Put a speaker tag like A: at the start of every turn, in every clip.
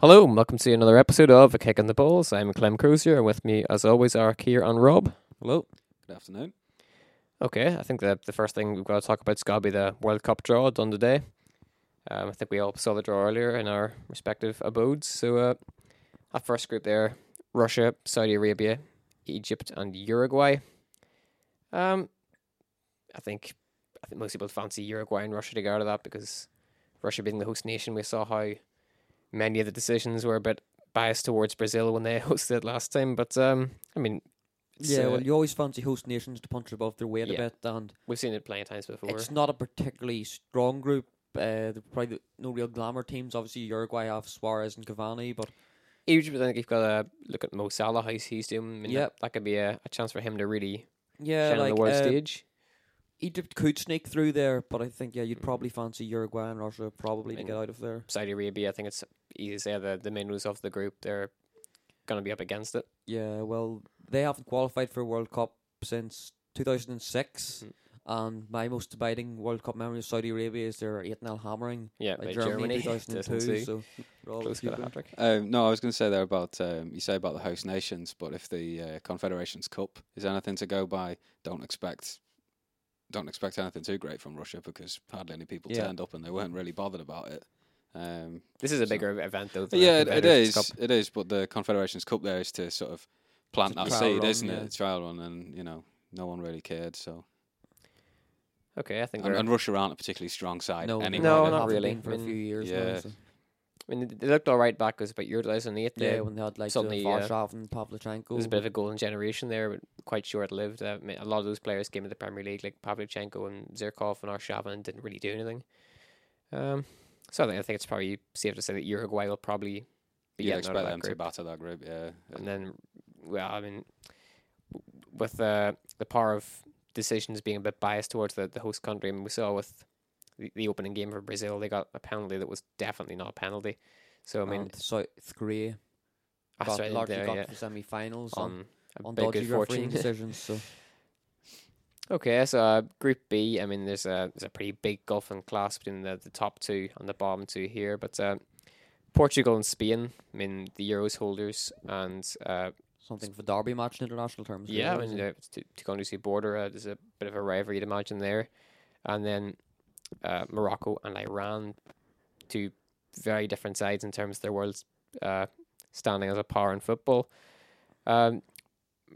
A: Hello and welcome to another episode of A Kick in the Balls. I'm Clem Crozier and with me as always are Keir and Rob.
B: Hello. Good afternoon.
A: Okay, I think the the first thing we've got to talk about is gotta be the World Cup draw done today. Um, I think we all saw the draw earlier in our respective abodes. So uh, our first group there, Russia, Saudi Arabia, Egypt and Uruguay. Um I think I think most people fancy Uruguay and Russia to go out of that because Russia being the host nation, we saw how many of the decisions were a bit biased towards Brazil when they hosted last time. But um, I mean, it's,
C: Yeah,
A: uh,
C: well, you always fancy host nations to punch above their weight
A: Yeah.
C: a bit, and
A: we've seen it plenty of times before.
C: it's not a particularly strong group. Uh, they're probably no real glamour teams. Obviously, Uruguay have Suarez and Cavani, but
A: Egypt, I think you've got to look at Mo Salah, how he's doing. I mean,
C: Yep.
A: that, that could be a, a chance for him to really
C: yeah,
A: shine
C: like
A: on the world
C: uh,
A: stage.
C: Egypt could sneak through there, but I think yeah,
A: Mm.
C: you'd probably fancy Uruguay and Russia probably
A: I mean-
C: to get out of there.
A: Saudi Arabia, I think it's easy to say the, the main losers of the group. They're going to be up against it.
C: Yeah, well, they haven't qualified for a World Cup since 2006.
A: Mhm.
C: And my most abiding World Cup memory of Saudi Arabia is their 8 0 hammering
A: Yeah,
C: by
A: by
C: Germany,
A: Germany,
C: in 2002. So they're all
A: close got a
C: Cuban.
A: hat trick.
B: Um, no, I was going to say there about um, you say about the host nations, but if the uh, Confederations Cup is anything to go by, don't expect don't expect anything too great from Russia because hardly any people
A: Yeah.
B: turned up and they weren't really bothered about it. Um,
A: This is a
B: So-
A: bigger event, though.
B: but
A: than the
B: yeah, it, it
A: Confederations
B: is.
A: Cup.
B: It is. But the Confederations Cup there is to sort of plant
C: It's a
B: that
C: trial
B: seed,
C: run,
B: isn't
C: yeah.
B: it? It's a trial run, and you know, no one really cared. So
A: Okay, I think
B: and,
A: we're.
B: and Russia aren't a particularly strong side.
C: No,
B: anyway.
A: No,
C: they
A: not
C: haven't
A: really.
C: been for
A: I
C: a
A: mean,
C: few years. now,
B: yeah.
C: so-
A: I mean, they looked all right back. It was about year 2008.
C: yeah,
A: They
C: when they had like
A: suddenly,
C: suddenly,
A: yeah.
C: Varshav and Pavlichenko.
A: There's a bit of a golden generation there, but quite short lived. Uh, I mean, a lot of those players came into the Premier League, like Pavlyuchenko and Zirkov and Arshavin, and didn't really do anything. Um, so I think, I think it's probably safe to say that Uruguay will probably be getting
B: You'd
A: out of
B: expect
A: that
B: them to
A: group.
B: batter that group, yeah.
A: And then, well, I mean, w- with uh, the power of decisions being a bit biased towards the, the host country, I mean, we saw with the, the opening game for Brazil, they got a penalty that was definitely not a penalty. So, I mean,
C: and South Korea
A: that's
C: got
A: right
C: largely
A: there,
C: got
A: yeah,
C: to the semi-finals on,
A: on, a
C: on
A: big
C: dodgy
A: good
C: refereeing
A: fortune.
C: decisions. So
A: Okay, so uh, Group B. I mean, there's a there's a pretty big gulf in class between the, the top two and the bottom two here, but uh, Portugal and Spain. I mean, the Euros holders, and uh,
C: something for derby match in international terms.
A: yeah, I
C: really,
A: mean,
C: so-
A: uh, it's two, two countries who border. Uh, there's a bit of a rivalry, you'd imagine there, and then uh, Morocco and Iran, two very different sides in terms of their world uh, standing as a power in football. Um,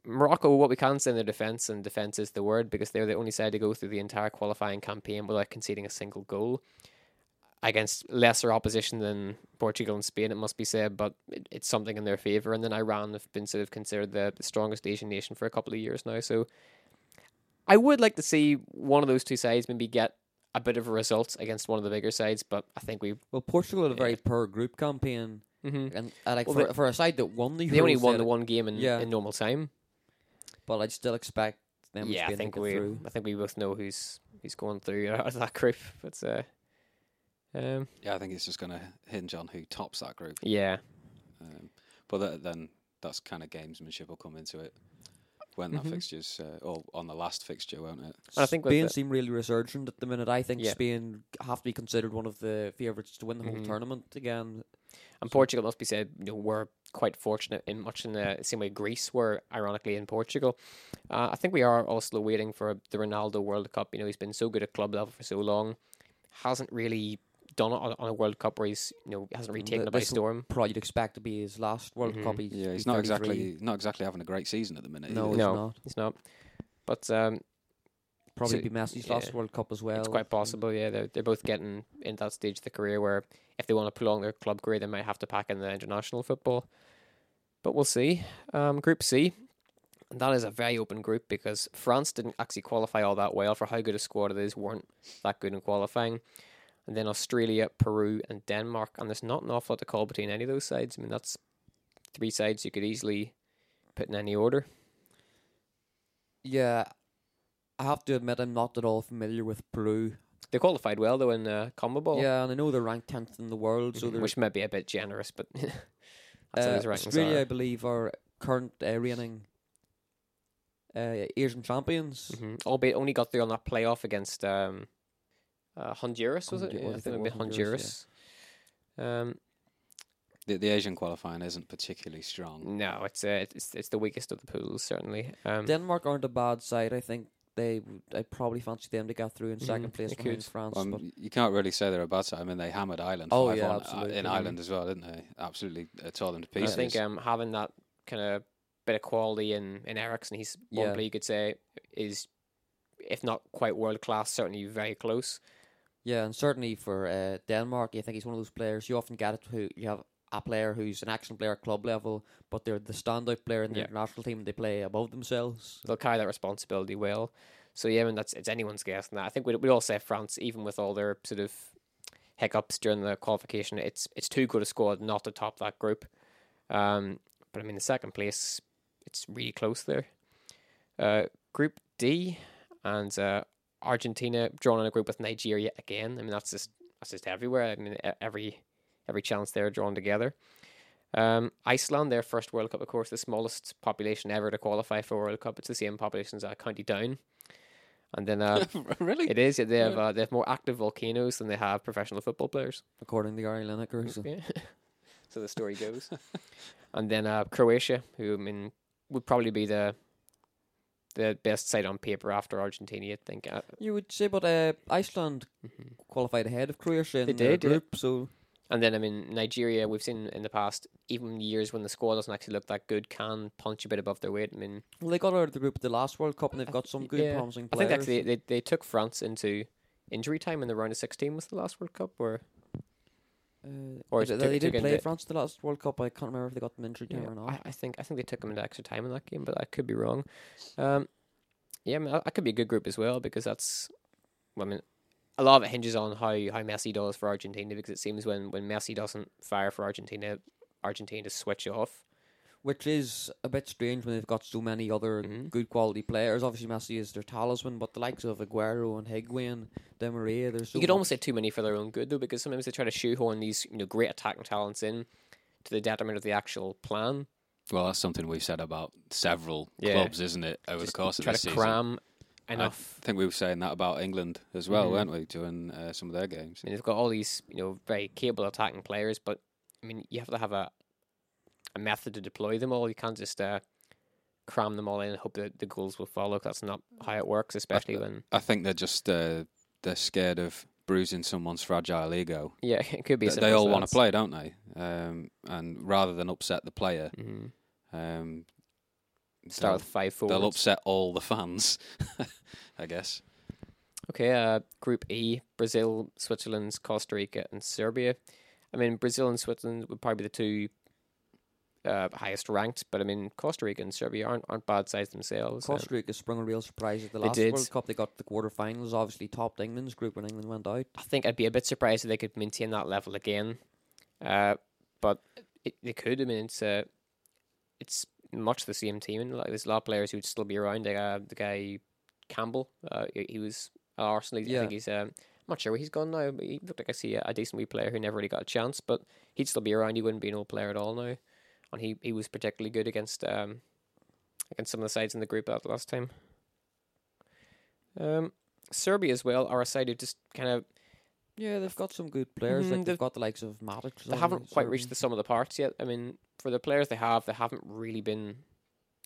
A: Morocco, what we can say in their defense, and defense is the word because they're the only side to go through the entire qualifying campaign without conceding a single goal against lesser opposition than Portugal and Spain, it must be said, but it, it's something in their favor. And then Iran have been sort of considered the, the strongest Asian nation for a couple of years now. So I would like to see one of those two sides maybe get a bit of a result against one of the bigger sides, but I think we
C: well, Portugal had a very
A: yeah.
C: poor group campaign,
A: mhm.
C: and uh, like
A: Well,
C: for,
A: they-
C: for a side that won the
A: they only
C: Euros,
A: won
C: they'd-
A: the one game in,
C: yeah.
A: in normal time.
C: but I'd still expect them.
A: yeah,
C: to
A: I
C: be
A: think
C: thinking
A: we
C: through.
A: I think we both know who's who's going through out of that group. But uh, um,
B: Yeah, I think it's just going to hinge on who tops that group.
A: yeah,
B: Um, but that, then that's kind of gamesmanship will come into it when
A: Mhm.
B: that fixture's uh, or on the last fixture, won't it?
A: And I think with
C: Spain
A: the-
C: seem really resurgent at the minute. I think
A: Yeah.
C: Spain have to be considered one of the favourites to win the whole
A: Mhm.
C: tournament again.
A: And
C: So-
A: Portugal must be said, you know, we're quite fortunate in much in the same way Greece were, ironically, in Portugal. Uh, I think we are also waiting for the Ronaldo World Cup. You know, he's been so good at club level for so long, hasn't really done it on, on a World Cup where he's, you know, hasn't really
C: Mm,
A: taken
C: th-
A: it by
C: this'll-
A: storm.
C: Probably you'd expect to be his last World
A: Mhm.
C: Cup. He's,
B: Yeah, he's not
C: 33.
B: exactly not exactly having a great season at the minute.
C: No,
B: either.
C: he's
A: No.
C: not.
A: He's not. But um,
C: Probably
A: So-
C: be Messi's
A: yeah.
C: last World Cup as well.
A: it's quite
C: so- um,
A: possible, yeah. They're, they're both getting in that stage of the career where if they want to prolong their club career, they might have to pack in the international football. But we'll see. Um, group C, and that is a very open group because France didn't actually qualify all that well for how good a squad it is, weren't that good in qualifying. And then Australia, Peru, and Denmark, and there's not an awful lot to call between any of those sides. I mean, that's three sides you could easily put in any order.
C: Yeah, I have to admit I'm not at all familiar with Peru.
A: They qualified well though in uh, CONMEBOL,
C: Yeah, and I know they're ranked tenth in the world, so they're
A: Mm-hmm. which might be a bit generous, but that's how
C: uh,
A: those rankings
C: Australia, I
A: are.
C: believe, are current uh, reigning uh, Asian champions.
A: hmm Albeit only got through on that playoff against um, uh, Honduras, was it?
C: Hondu-
A: Yeah,
C: was
A: I
C: it
A: think it
C: the
A: would be Honduras.
C: Honduras,
A: Um,
B: the, the Asian qualifying isn't particularly strong.
A: No, it's uh, it's it's the weakest of the pools certainly. Um,
C: Denmark aren't a bad side. I think they. w- I probably fancy them to get through in
A: Mhm,
C: second place
A: they
C: behind
A: could.
C: France.
B: Well,
C: but
B: um, you can't really say they're a bad side. I mean, they hammered Ireland.
C: Oh,
B: 5-1
C: yeah,
B: uh,
C: absolutely.
B: in
C: Mhm.
B: Ireland as well, didn't they? Absolutely uh, tore them to
A: I
B: pieces.
A: think um, having that kind of bit of quality in in Ericsson, he's one
C: Yeah.
A: player you could say is, if not quite world class, certainly very close.
C: yeah, and certainly for uh, Denmark, I think he's one of those players you often get it who you have a player who's an excellent player at club level, but they're the standout player in the
A: Yeah.
C: international team. They play above themselves.
A: They'll carry that responsibility well. So yeah, I mean that's it's anyone's guess. And I think we we all say France, even with all their sort of hiccups during the qualification, it's it's too good a squad not to top that group. Um, but I mean the second place, it's really close there. Uh, group D, and uh, Argentina drawn in a group with Nigeria again. I mean that's just that's just everywhere. I mean e- every every chance they're drawn together. Um, Iceland, their first World Cup, of course, the smallest population ever to qualify for a World Cup. It's the same population as uh, County Down, and then uh,
B: really?
A: it is. yeah, They have
B: Yeah.
A: uh, they have more active volcanoes than they have professional football players.
C: According to Gary Lineker, who's a-
A: Yeah. so the story goes. and then uh, Croatia, who I mean would probably be the the best side on paper after Argentina, you'd think. Uh,
C: you would say, but uh, Iceland
A: mhm.
C: qualified ahead of Croatia in
A: They
C: their
A: did, yeah.
C: group, so
A: And then I mean Nigeria, we've seen in the past, even years when the squad doesn't actually look that good, can punch a bit above their weight. I mean,
C: well, they got out of the group at the last World Cup, and they've
A: I
C: got
A: th-
C: some good,
A: yeah.
C: promising
A: I
C: players.
A: think actually they, they took France into injury time in the round of sixteen was the last World Cup, or
C: Uh,
A: Or
C: or
A: is it
C: they,
A: took-
C: they
A: took
C: did
A: in
C: play
A: the-
C: France the last World Cup. I can't remember if they got them injured time or not.
A: I, I think I think they took them into extra time in that game, but I could be wrong. Um, yeah, I mean, that that could be a good group as well because that's, well, I mean, a lot of it hinges on how how Messi does for Argentina because it seems when when Messi doesn't fire for Argentina, Argentina switch off.
C: Which is a bit strange when they've got so many other
A: Mhm.
C: good quality players. Obviously, Messi is their talisman, but the likes of Aguero and Higuain, Demaria, there's so
A: you could
C: much-
A: almost say too many for their own good though because sometimes they try to shoehorn these you know great attacking talents in to the detriment of the actual plan.
B: Well, that's something we've said about several
A: Yeah.
B: clubs, isn't it, over
A: Just
B: the course of
A: try
B: this
A: to
B: season?
A: cram enough.
B: I think we were saying that about England as well,
A: Mhm.
B: weren't we, during uh, some of their games?
A: I mean, they've got all these, you know, very capable attacking players, but I mean, you have to have a a method to deploy them all. You can't just uh, cram them all in and hope that the goals will follow. 'cause that's not how it works, especially when
B: I think they're just uh, they're scared of bruising someone's fragile ego.
A: yeah, it could be.
B: Th- They all want to play, don't they? Um, and rather than upset the player,
A: hmm
B: um,
A: Start with
B: they'll,
A: five
B: they'll
A: forwards.
B: upset all the fans, I guess.
A: Okay, uh, Group E: Brazil, Switzerland, Costa Rica, and Serbia. I mean, Brazil and Switzerland would probably be the two uh, highest ranked, but I mean, Costa Rica and Serbia aren't aren't bad sides themselves. uh,
C: Costa Rica sprung a real surprise at the
A: They
C: last
A: did.
C: World Cup. They got to the quarterfinals, obviously topped England's group when England went out.
A: I think I'd be a bit surprised if they could maintain that level again. Uh, but it, they could. I mean, it's uh, it's much the same team, and like there's a lot of players who'd still be around. Like uh, the guy Campbell, uh, he, he was at Arsenal. I
C: Yeah.
A: think he's. Um, I'm not sure where he's gone now. But he looked like I see a, a decent wee player who never really got a chance, but he'd still be around. He wouldn't be an old player at all now, and he, he was particularly good against um against some of the sides in the group that last time. Um, Serbia as well are a side who just kind of
C: Yeah, they've got some good players.
A: Mhm,
C: like they've
A: they've-
C: got the likes of Matic.
A: they haven't quite reached the sum of the parts yet. I mean, for the players they have, they haven't really been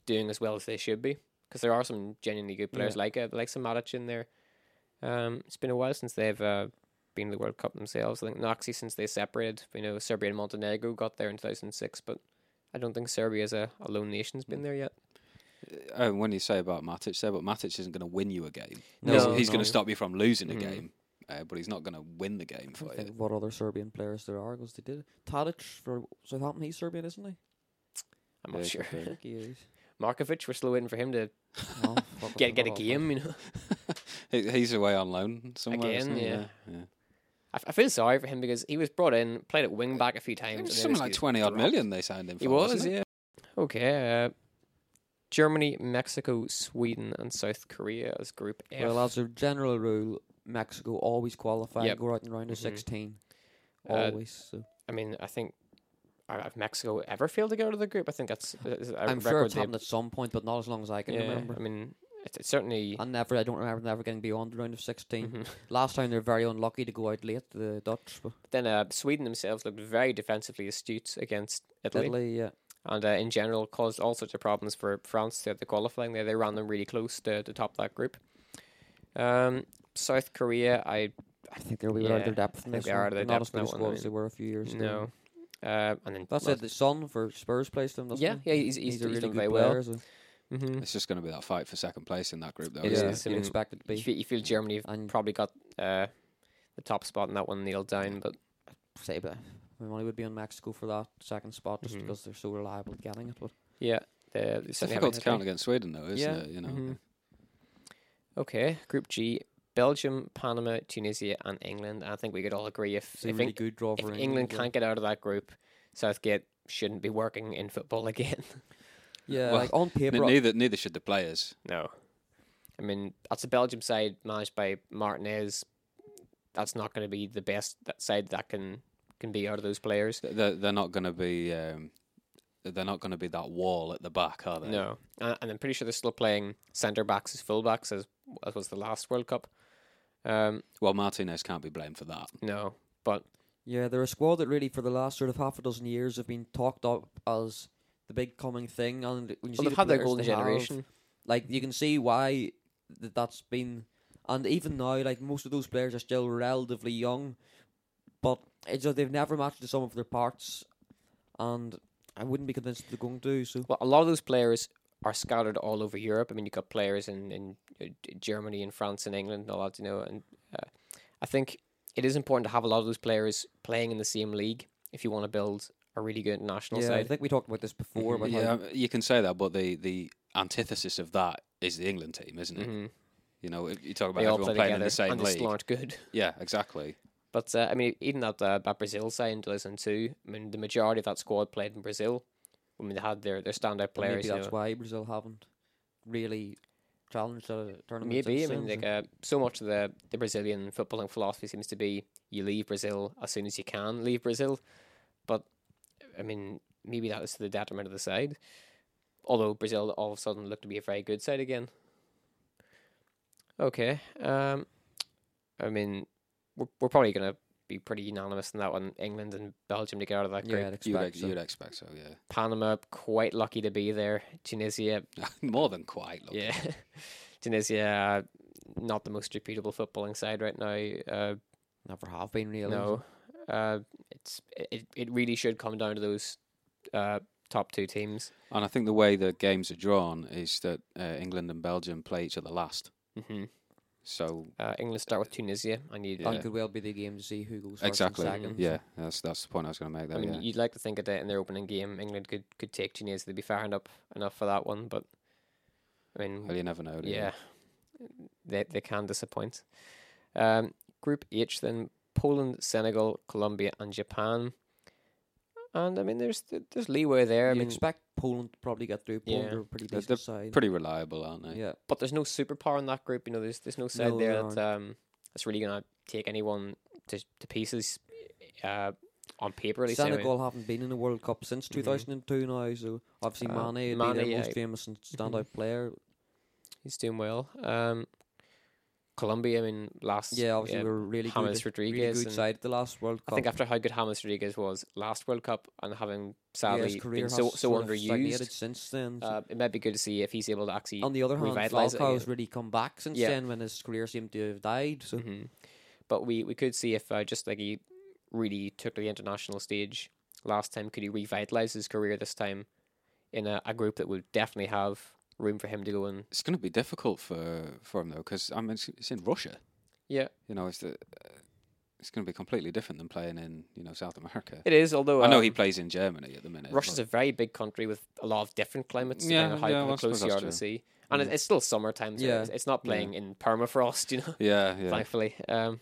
A: doing as well as they should be because there are some genuinely good players
C: Yeah.
A: like uh, like some Matic in there. Um, it's been a while since they've uh, been to the World Cup themselves. I think Noxy since they separated, you know, Serbia and Montenegro got there in 2006, but I don't think Serbia as a, a lone nation's been there yet.
B: Uh, when you say about Matic, there, but Matic isn't going to win you a game.
C: No,
B: he's he's
C: no.
B: going to stop you from losing a
A: Mhm.
B: game, uh, but he's not going to win the game
C: I
B: for
C: think
B: you.
C: what other Serbian players there are because they did. Tadic for Southampton, he's Serbian, isn't he?
A: I'm not
B: Yeah,
A: sure.
C: I think he is.
A: Markovic, we're still waiting for him to
C: Oh, fuck, I
A: get get a
C: forgot about
A: game. You know,
B: He- He's away on loan somewhere.
A: Again,
B: isn't he?
A: yeah.
B: yeah.
A: I, f- I feel sorry for him because he was brought in, played at wing back a few times.
B: It
A: and
B: was
A: then
B: something
A: just
B: like
A: gets
B: twenty odd
A: dropped.
B: million they signed him for.
A: He was,
B: wasn't
A: yeah. Okay. Uh, Germany, Mexico, Sweden, and South Korea as Group F.
C: Well, as a general rule, Mexico always qualify
A: Yep.
C: and go out in round of
A: Mhm.
C: 16.
A: Uh,
C: Always. so.
A: I mean, I think uh, have Mexico ever failed to get out of the group? I think that's uh, is a
C: I'm
A: record
C: sure it's
A: they-
C: happened at some point, but not as long as I can
A: yeah,
C: remember.
A: I mean, It's, it's certainly.
C: And never, I don't remember them ever getting beyond the round of 16.
A: Mhm.
C: Last time they were very unlucky to go out late, the Dutch. but
A: Then uh, Sweden themselves looked very defensively astute against Italy,
C: Italy, yeah.
A: and uh, in general caused all sorts of problems for France throughout the qualifying. There, they ran them really close to, to top that group. Um, South Korea, I
C: I think they're a wee bit out of
A: Yeah,
C: their depth in
A: think
C: this
A: they are
C: one.
A: out of their
C: They're not
A: depth
C: as
A: in
C: good
A: that
C: a
A: one, I
C: squad as
A: mean.
C: they were a few years ago.
A: no. Uh, and then
C: That's it. The Son for Spurs placed them. doesn't
A: Yeah,
C: he?
A: yeah, he's- he's-
C: a
A: he's
C: really
A: done
C: good
A: very well.
C: player. So
A: hmm
B: It's just going to be that fight for second place in that group, though.
A: It
B: isn't
C: yeah,
A: is, I
C: you'd
A: mean,
C: expect it to
A: You
C: be.
A: feel, you feel Germany have
C: And
A: probably got uh, the top spot in that one nailed down, but
C: say, but my money would be on Mexico for that second spot just
A: Mhm.
C: because they're so reliable at getting it. But
A: yeah, they, they
B: It's
A: certainly have a
B: difficult to count
A: history.
B: against Sweden, though, isn't
C: Yeah,
B: it? You know,
A: mhm. Mm-hmm. Okay, Group G: Belgium, Panama, Tunisia, and England. I think we could all agree if
C: it's a
A: if,
C: really
A: Eng-
C: good draw
A: if
C: for
A: England,
C: England.
A: can't get out of that group, Southgate shouldn't be working in football again.
C: yeah,
B: Well,
C: like on
B: Ne-
C: paper,
B: neither neither should the players.
A: no, I mean that's a Belgium side managed by Martinez. That's not going to be the best that side that can can be out of those players.
B: Th- They're, they're not going to be. Um, they're not going to be that wall at the back, are they?
A: No, and, and I'm pretty sure they're still playing centre backs as full backs as as was the last World Cup. Um,
B: Well, Martinez can't be blamed for that.
A: no, but
C: yeah, they're a squad that really for the last sort of half a dozen years have been talked up as the big coming thing. And when
A: well,
C: you see
A: they've
C: the
A: had their
C: players
A: golden
C: they have,
A: generation.
C: like you can see why th- that's been and even now like most of those players are still relatively young but it's just they've never matched the sum of their parts and I wouldn't be convinced they're going to so
A: Well, a lot of those players are scattered all over Europe. I mean, you've got players in, in uh, G- Germany and France and England and all that, you know. And uh, I think it is important to have a lot of those players playing in the same league if you want to build a really good national
C: yeah, I
A: side.
C: think we talked about this before
A: Mhm.
C: about
B: Yeah,
C: how
B: you can say that, but the the antithesis of that is the England team, isn't it?
A: hmm
B: You know, if you talk about
A: They all
B: everyone
A: play
B: playing
A: together
B: in the same
A: and they
B: league.
A: still aren't good.
B: Yeah, exactly.
A: But uh, I mean, even that uh, that Brazil side in 2002, I mean, the majority of that squad played in Brazil. I mean, they had their, their standout players.
C: maybe
A: you
C: that's
A: know.
C: why Brazil haven't really challenged a tournament
A: Maybe I
C: since
A: mean,
C: then,
A: like uh, so much of the the Brazilian footballing philosophy seems to be you leave Brazil as soon as you can leave Brazil, but I mean maybe that was to the detriment of the side. Although Brazil all of a sudden looked to be a very good side again. Okay, um, I mean we're we're probably gonna be pretty unanimous in that one. England and Belgium to get out of that
C: so.
A: group.
C: yeah, I'd
B: You'd,
C: expect
B: ex-
C: so.
B: you'd expect so, yeah.
A: Panama quite lucky to be there. Tunisia
B: More than quite. Look.
A: yeah. Tunisia, not the most reputable footballing side right now. Uh,
C: never have been really
A: no, uh, it's it, it really should come down to those uh, top two teams.
B: And I think the way the games are drawn is that uh, England and Belgium play each other last.
A: Mm-hmm.
B: So
A: Uh, England start with Tunisia, and you,
B: Yeah.
C: and could well be the game to see who goes first
B: exactly,
C: and second
B: yeah, that's that's the point I was going to make
A: Mm-hmm. I
B: there.
A: mean,
B: Oh, yeah.
A: you'd like to think of that in their opening game, England could, could take Tunisia. They'd be firing up enough for that one, but I mean,
B: well, you never know. do you?
A: yeah, they they can disappoint. Um, group H then Poland, Senegal, Colombia, and Japan. And I mean, there's there's leeway there. I
C: you
A: mean,
C: expect Poland to probably get through Poland
A: Yeah.
C: are a pretty
B: They're-
C: decent
B: they're
C: side
B: pretty reliable, aren't they?
C: yeah
A: but there's no superpower in that group. You know, there's there's no side
C: No,
A: there
C: there
A: that um that's really gonna take anyone to to pieces. Uh, on paper, at least anyway.
C: Senegal haven't been in a World Cup since
A: Mhm.
C: 2002 now, so obviously
A: Uh,
C: Mane would be
A: Mane, yeah.
C: their
A: Mm-hmm.
C: most famous and standout player.
A: he's doing well. Um, Colombia, I mean, last
C: Yeah, obviously
A: uh,
C: we were really
A: James
C: good, really
A: Rodriguez
C: good
A: and-
C: side at the last World
A: I
C: Cup.
A: think after how good James Rodriguez was last World Cup and having
C: yeah,
A: sadly
C: his
A: been
C: career
A: so
C: has
A: so
C: sort of
A: underused,
C: stagnated since then. so-
A: Uh, it might be good to see if he's able to actually.
C: On the other hand,
A: revitalise it again.
C: Falcao's really come back since
A: Yeah.
C: then when his career seemed to have died. So
A: Mhm. But we, we could see if uh, just like he really took to the international stage last time, could he revitalize his career this time in a, a group that would definitely have room for him to go in?
B: It's going to be difficult for for him though, because I mean, it's, it's in Russia.
A: Yeah,
B: You know, it's the, it's going to be completely different than playing in you know South America.
A: it is. Although
B: I know he
A: um,
B: plays in Germany at the minute.
A: Russia's a
B: but-
A: very big country with a lot of different climates, depending
B: Yeah,
A: on how
B: yeah,
A: kind
B: well, I
A: of close
B: suppose
A: you are
B: that's
A: to the
B: true.
A: sea. And it-
B: Mhm.
A: it's still summertime, so
C: Yeah.
A: it's, it's not
B: Yeah.
A: playing in permafrost, you know.
B: yeah, yeah.
A: thankfully. Um,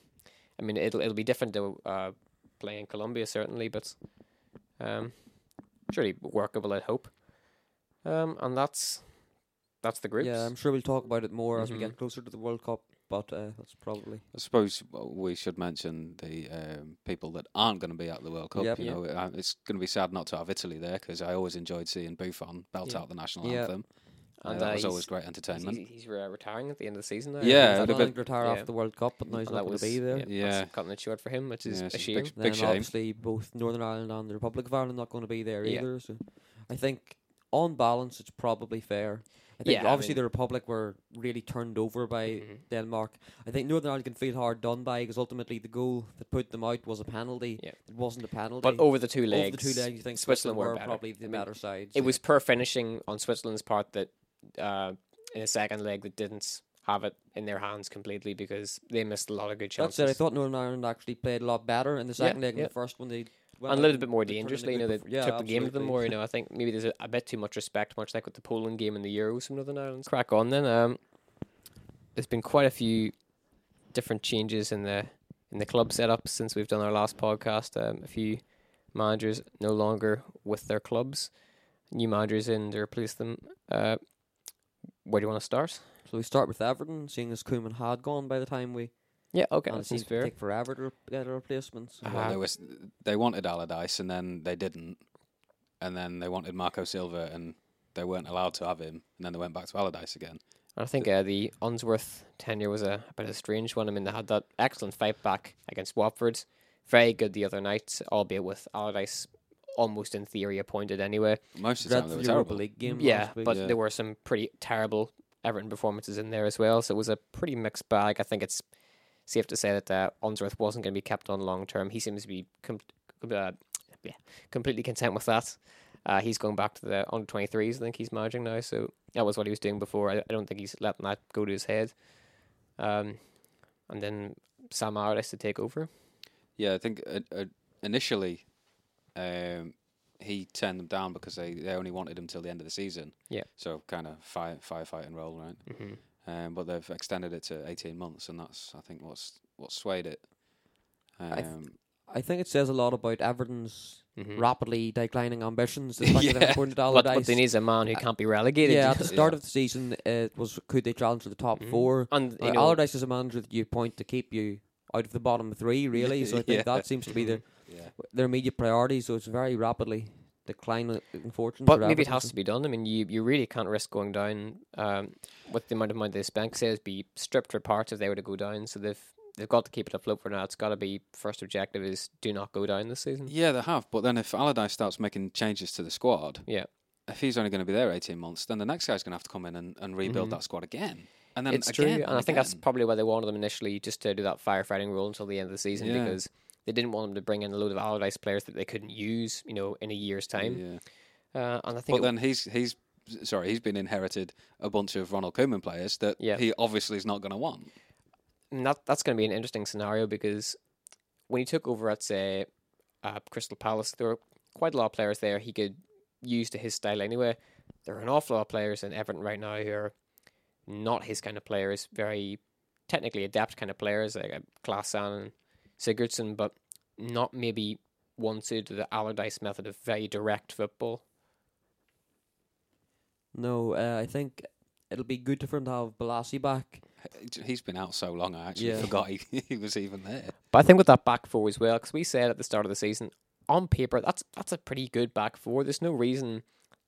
A: I mean, it'll it'll be different to uh, play in Colombia certainly, but um, surely workable. I'd hope. Um, and that's that's the groups.
C: yeah, I'm sure we'll talk about it more as we
A: Mhm.
C: get closer to the World Cup. But uh, that's probably
B: I suppose w- we should mention the um, people that aren't going to be at the World Cup.
C: Yep.
B: You
A: Yeah.
B: know, Uh, it's going to be sad not to have Italy there because I always enjoyed seeing Buffon belt
A: Yeah.
B: out the national
C: Yeah.
B: anthem. And
A: And
B: that
A: uh,
B: was
A: he's-
B: always great
A: He's,
B: entertainment.
A: he's re- retiring at the end of the season now. I
B: Yeah,
C: He's
A: think.
B: it'd
C: had
B: have
C: Ireland retire
A: yeah.
C: after the World Cup, but now he's
A: And
C: not
A: that
C: going
A: was
C: to be there.
A: Yeah, that's
B: Yeah.
A: cutting it short for him, which is
B: Yeah,
A: a
B: it's a
A: shame.
B: big,
C: And
B: big
C: then
B: shame.
C: obviously both Northern Ireland and the Republic of Ireland not going to be there
A: Yeah.
C: either. So I think on balance it's probably fair. I Mm-hmm. think
A: Yeah, I
C: obviously
A: mean-
C: the Republic were really turned over by
A: Mhm.
C: Denmark. I think Northern Ireland can feel hard done by because ultimately the goal that put them out was a penalty.
A: Yeah.
C: It wasn't a penalty.
A: But over the two legs,
C: Over the two legs, you
A: Switzerland
C: think Switzerland,
A: were
C: were
A: better.
C: probably the
A: I mean,
C: better side.
A: it
C: so-
A: was poor finishing on Switzerland's part that uh, in the second leg that didn't have it in their hands completely because they missed a lot of good
C: That
A: chances.
C: said, I thought Northern Ireland actually played a lot better in the second leg than
A: yeah.
C: the first one. They
A: and a
C: went out
A: little bit more
C: they turned in a
A: dangerously, you know,
C: good
A: they
C: perf- yeah,
A: took the game to them
C: absolutely.
A: more. You know, I think maybe there's a, a bit too much respect, much like with the Poland game and the Euros from Northern Ireland. Crack on then. Um, there's been quite a few different changes in the in the club setup since we've done our last podcast. Um, a few managers no longer with their clubs, new managers in to replace them. Uh, where do you want to start?
C: So we start with Everton, seeing as Koeman had gone by the time we.
A: Yeah, okay,
C: and it
A: that
C: seems
A: seems
C: to
A: fair.
C: take forever to re- get a replacement. so-
B: Well,
A: Uh,
B: they was they wanted Allardyce and then they didn't, and then they wanted Marco Silva and they weren't allowed to have him, and then they went back to Allardyce again.
A: I think uh, the Unsworth tenure was a, a bit of a strange one. I mean, they had that excellent fight back against Watford. Very good the other night, albeit with Allardyce almost in theory appointed anyway.
B: Most of the time they
C: Dreadful
B: were
C: Europa
B: terrible.
C: League game.
A: yeah,
C: last week.
A: but
B: Yeah.
A: there were some pretty terrible Everton performances in there as well. So it was a pretty mixed bag. I think it's safe to say that uh, Unsworth wasn't going to be kept on long term. He seems to be com- uh, yeah, completely content with that. Uh, he's going back to the under 23s, I think he's managing now. So that was what he was doing before. I, I don't think he's letting that go to his head. Um, and then Sam Allardyce to take over.
B: Yeah, I think uh, uh, initially um, he turned them down because they, they only wanted him till the end of the season.
A: Yeah.
B: So kind of fire firefighting role, right?
A: Mm-hmm.
B: Um, but they've extended it to eighteen months, and that's I think what's what swayed it. Um,
C: I th- I think it says a lot about Everton's
A: Mhm.
C: rapidly declining ambitions. The fact that
B: Yeah.
C: they've appointed
A: But what
C: Allardyce.
A: they need is a man who can't be relegated.
C: yeah, at the start
B: Yeah.
C: of the season, uh, it was could they challenge for the top
A: Mhm.
C: four?
A: and
C: Uh,
A: you know,
C: Allardyce is a manager that you point to keep you out of the bottom three, really. So I think
B: Yeah.
C: that seems to be their
B: yeah.
C: their immediate priority. So it's very rapidly declining, unfortunately.
A: But maybe it has to be done. I mean, you, you really can't risk going down um, with the amount of money they spent. Say it'd be stripped apart if they were to go down. So they've they've got to keep it afloat for now. It's got to be first objective is do not go down this season.
B: Yeah, they have. But then if Allardyce starts making changes to the squad,
A: Yeah.
B: if he's only going to be there 18 months, then the next guy's going to have to come in and, and rebuild
A: Mhm.
B: that squad again. And then
A: it's
B: again,
A: true, and I think that's
B: again.
A: probably why they wanted them initially, just to do that firefighting role until the end of the season,
B: Yeah.
A: because they didn't want them to bring in a load of Allardyce players that they couldn't use, you know, in a year's time.
B: Yeah.
A: Uh, and I think,
B: But
A: it-
B: then he's he's sorry, he's been inherited a bunch of Ronald Koeman players that
A: Yeah.
B: he obviously is not going to want.
A: and that that's going to be an interesting scenario because when he took over at say uh, Crystal Palace, there were quite a lot of players there he could use to his style anyway. There are an awful lot of players in Everton right now who are not his kind of players, very technically adept kind of players like uh, Klassan and Sigurdsson, but not maybe one suited to the Allardyce method of very direct football.
C: No, uh, I think it'll be good for him to have Balassi back.
B: He's been out so long, I actually
C: Yeah.
B: forgot he, he was even there.
A: But I think with that back four as well, because we said at the start of the season, on paper, that's that's a pretty good back four. There's no reason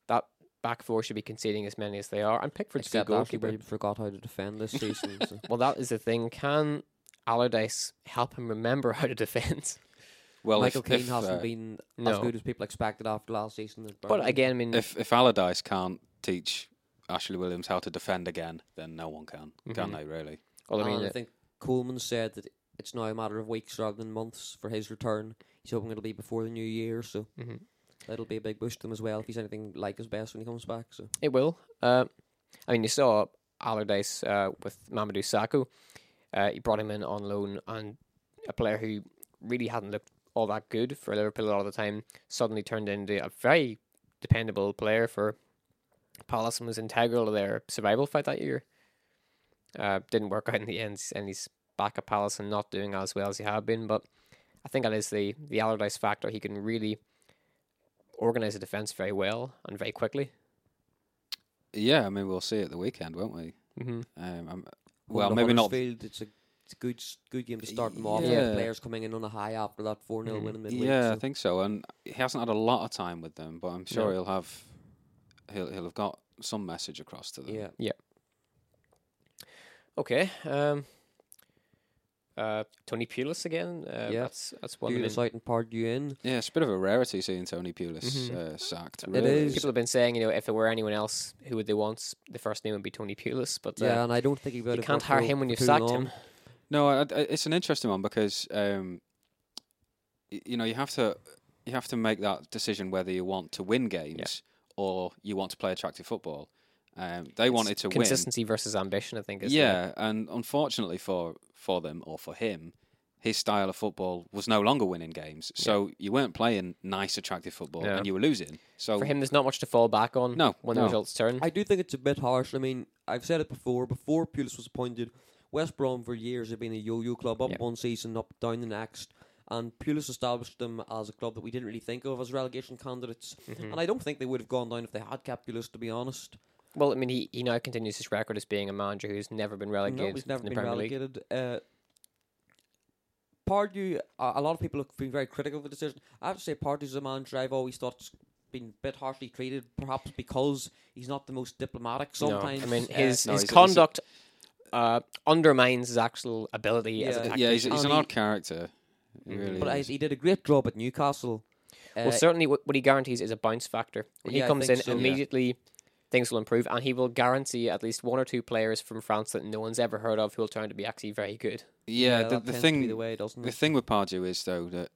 A: that back four should be conceding as many as they are. And Pickford's good
C: Except actually,
A: goalkeeper.
C: we forgot how to defend this season. so.
A: Well, that is the thing. Can Allardyce help him remember how to defend?
B: Well,
C: Michael
B: if,
C: Keane
B: if,
C: hasn't
B: uh,
C: been as
A: No.
C: good as people expected after last season. at
A: But
C: Burnley.
A: again, I mean,
B: if if Allardyce can't teach Ashley Williams how to defend again, then no one can, can
A: Mhm.
B: they really?
A: well, I
C: And
A: mean,
C: I think Coleman said that it's now a matter of weeks rather than months for his return. He's hoping it'll be before the new year, so
A: mhm.
C: that'll be a big boost to him as well if he's anything like his best when he comes back. So
A: It will. Uh, I mean, you saw Allardyce uh, with Mamadou Sakho. Uh, he brought him in on loan, and a player who really hadn't looked all that good for Liverpool a lot of the time suddenly turned into a very dependable player for Palace and was integral to their survival fight that year. Uh, didn't work out in the end, and he's back at Palace and not doing as well as he had been. But I think that is the the Allardyce factor. He can really organize a defense very well and very quickly.
B: Yeah, I mean, we'll see at the weekend, won't we?
A: Mm-hmm.
B: Um, I'm-
C: Home
B: well,
C: to
B: maybe not.
C: Huddersfield, It's a it's a good s- good game to start them off.
B: Yeah.
C: with Players coming in on a high after that four 0
A: Mhm.
C: win in midweek.
B: Yeah, I
C: so
B: think so. And he hasn't had a lot of time with them, but I'm sure
A: No.
B: he'll have he'll he'll have got some message across to them.
C: Yeah.
A: Okay. Um, uh, Tony Pulis again. Uh,
C: Yeah.
A: That's that's one.
C: You
A: of the
C: decide out and part you in.
B: Yeah, it's a bit of a rarity seeing Tony Pulis
A: Mhm.
B: uh, sacked.
A: main-
C: Mm-hmm. It
B: really.
C: is.
A: People have been saying, you know, if it were anyone else, who would they want? The first name would be Tony Pulis, but uh,
C: Yeah, and I don't think he
A: you
C: would have
A: can't
C: worked
A: hire
C: for-
A: him when
C: for
A: you've
C: too
A: sacked
C: long.
A: him.
B: No, I, I, it's an interesting one because um, y- you know you have to you have to make that decision whether you want to win games or you want to play attractive football. Um, they wanted
A: It's
B: to win.
A: consistency versus ambition. I think is the-
B: Yeah, and unfortunately for for them or for him, his style of football was no longer winning games. So you weren't playing nice, attractive football,
A: No.
B: and you were losing. So
A: for him, there's not much to fall back on.
B: oh. No,
A: when
B: no.
A: the results turn.
C: I do think it's a bit harsh. I mean, I've said it before. Before Pulis was appointed, West Brom for years had been a yo-yo club, up
A: Yeah.
C: one season, up down the next. And Pulis established them as a club that we didn't really think of as relegation candidates.
A: Mm. Mm-hmm.
C: And I don't think they would have gone down if they had kept Pulis, to be honest.
A: well, I mean, he, he now continues his record as being a manager who's never been
C: No,
A: relegated
C: he's never
A: in the
C: been
A: Premier
C: relegated. Uh, Pardew, uh, a a lot of people have been very critical of the decision. I have to say, Pardew's a manager I've always thought's been a bit harshly treated, perhaps because he's not the most diplomatic
A: League. No,
C: sometimes.
A: I mean, his
B: No,
C: Uh,
A: his
B: he's a- he's a-
A: conduct uh, undermines his actual ability as a
C: Yeah.
A: tactician.
B: yeah, he's, he's an
C: And
B: odd
C: he-
B: character. He
A: Mhm.
B: really
C: But I,
B: is.
C: he did a great job at Newcastle.
A: Well,
C: Uh,
A: certainly, what, what he guarantees is a bounce factor. When
C: Yeah, I
A: he comes
C: think
A: in,
C: so. Yeah.
A: immediately things will improve, and he will guarantee at least one or two players from France that no one's ever heard of who will turn out to be actually very good.
B: yeah, the,
C: that
B: the
C: tends to
B: thing
C: be the way, doesn't
B: The
C: it?
B: thing with Pardew is though that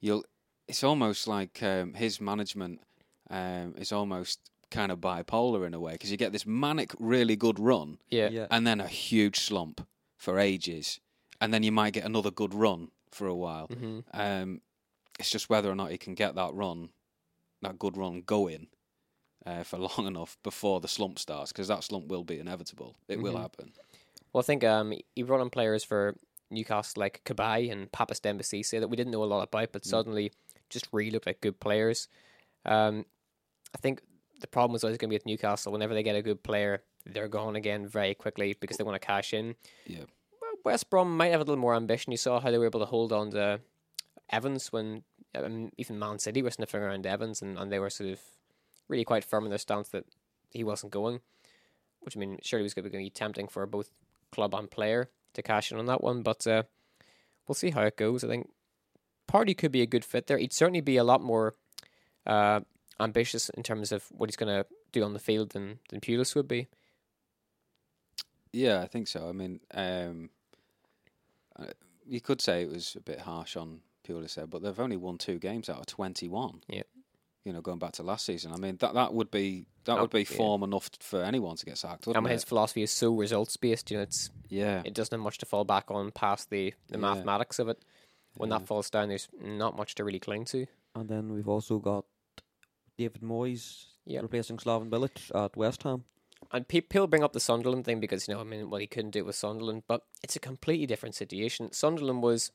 B: you'll it's almost like um, his management um, is almost kind of bipolar in a way because you get this manic, really good run
A: Yeah.
B: and then a huge slump for ages, and then you might get another good run for a while.
A: hmm
B: Um, it's just whether or not he can get that run, that good run going. Uh, for long enough before the slump starts, because that slump will be inevitable. It will
A: Mhm.
B: happen.
A: Well, I think um, he brought on players for Newcastle like Kabay and Pappas Dembélé that we didn't know a lot about, but suddenly just really looked like good players. Um, I think the problem was always going to be with Newcastle. Whenever they get a good player, they're gone again very quickly because they want to cash in.
B: Yeah.
A: Well, West Brom might have a little more ambition. You saw how they were able to hold on to Evans when um, even Man City were sniffing around Evans, and, and they were sort of really quite firm in their stance that he wasn't going. Which I mean, surely was going to be tempting for both club and player to cash in on that one, but uh, we'll see how it goes. I think Party could be a good fit there. He'd certainly be a lot more uh, ambitious in terms of what he's going to do on the field than than Pulis would be.
B: Yeah, I think so. I mean, um, uh, you could say it was a bit harsh on Pulis there, but they've only won two games out of twenty-one.
A: Yeah.
B: you know, going back to last season. I mean, that that would be that
A: That
B: would be
A: would be it.
B: form enough for anyone to get sacked. Wouldn't
A: and his
B: it?
A: philosophy is so results based, you know, it's
B: Yeah,
A: it doesn't have much to fall back on past the, the
B: Yeah.
A: mathematics of it. When
B: Yeah.
A: that falls down, there's not much to really cling to.
C: And then we've also got David Moyes
A: Yep.
C: replacing Slaven Bilic at West Ham.
A: And pe- people bring up the Sunderland thing because, you know, I mean, well, he couldn't do it with Sunderland, but it's a completely different situation. Sunderland was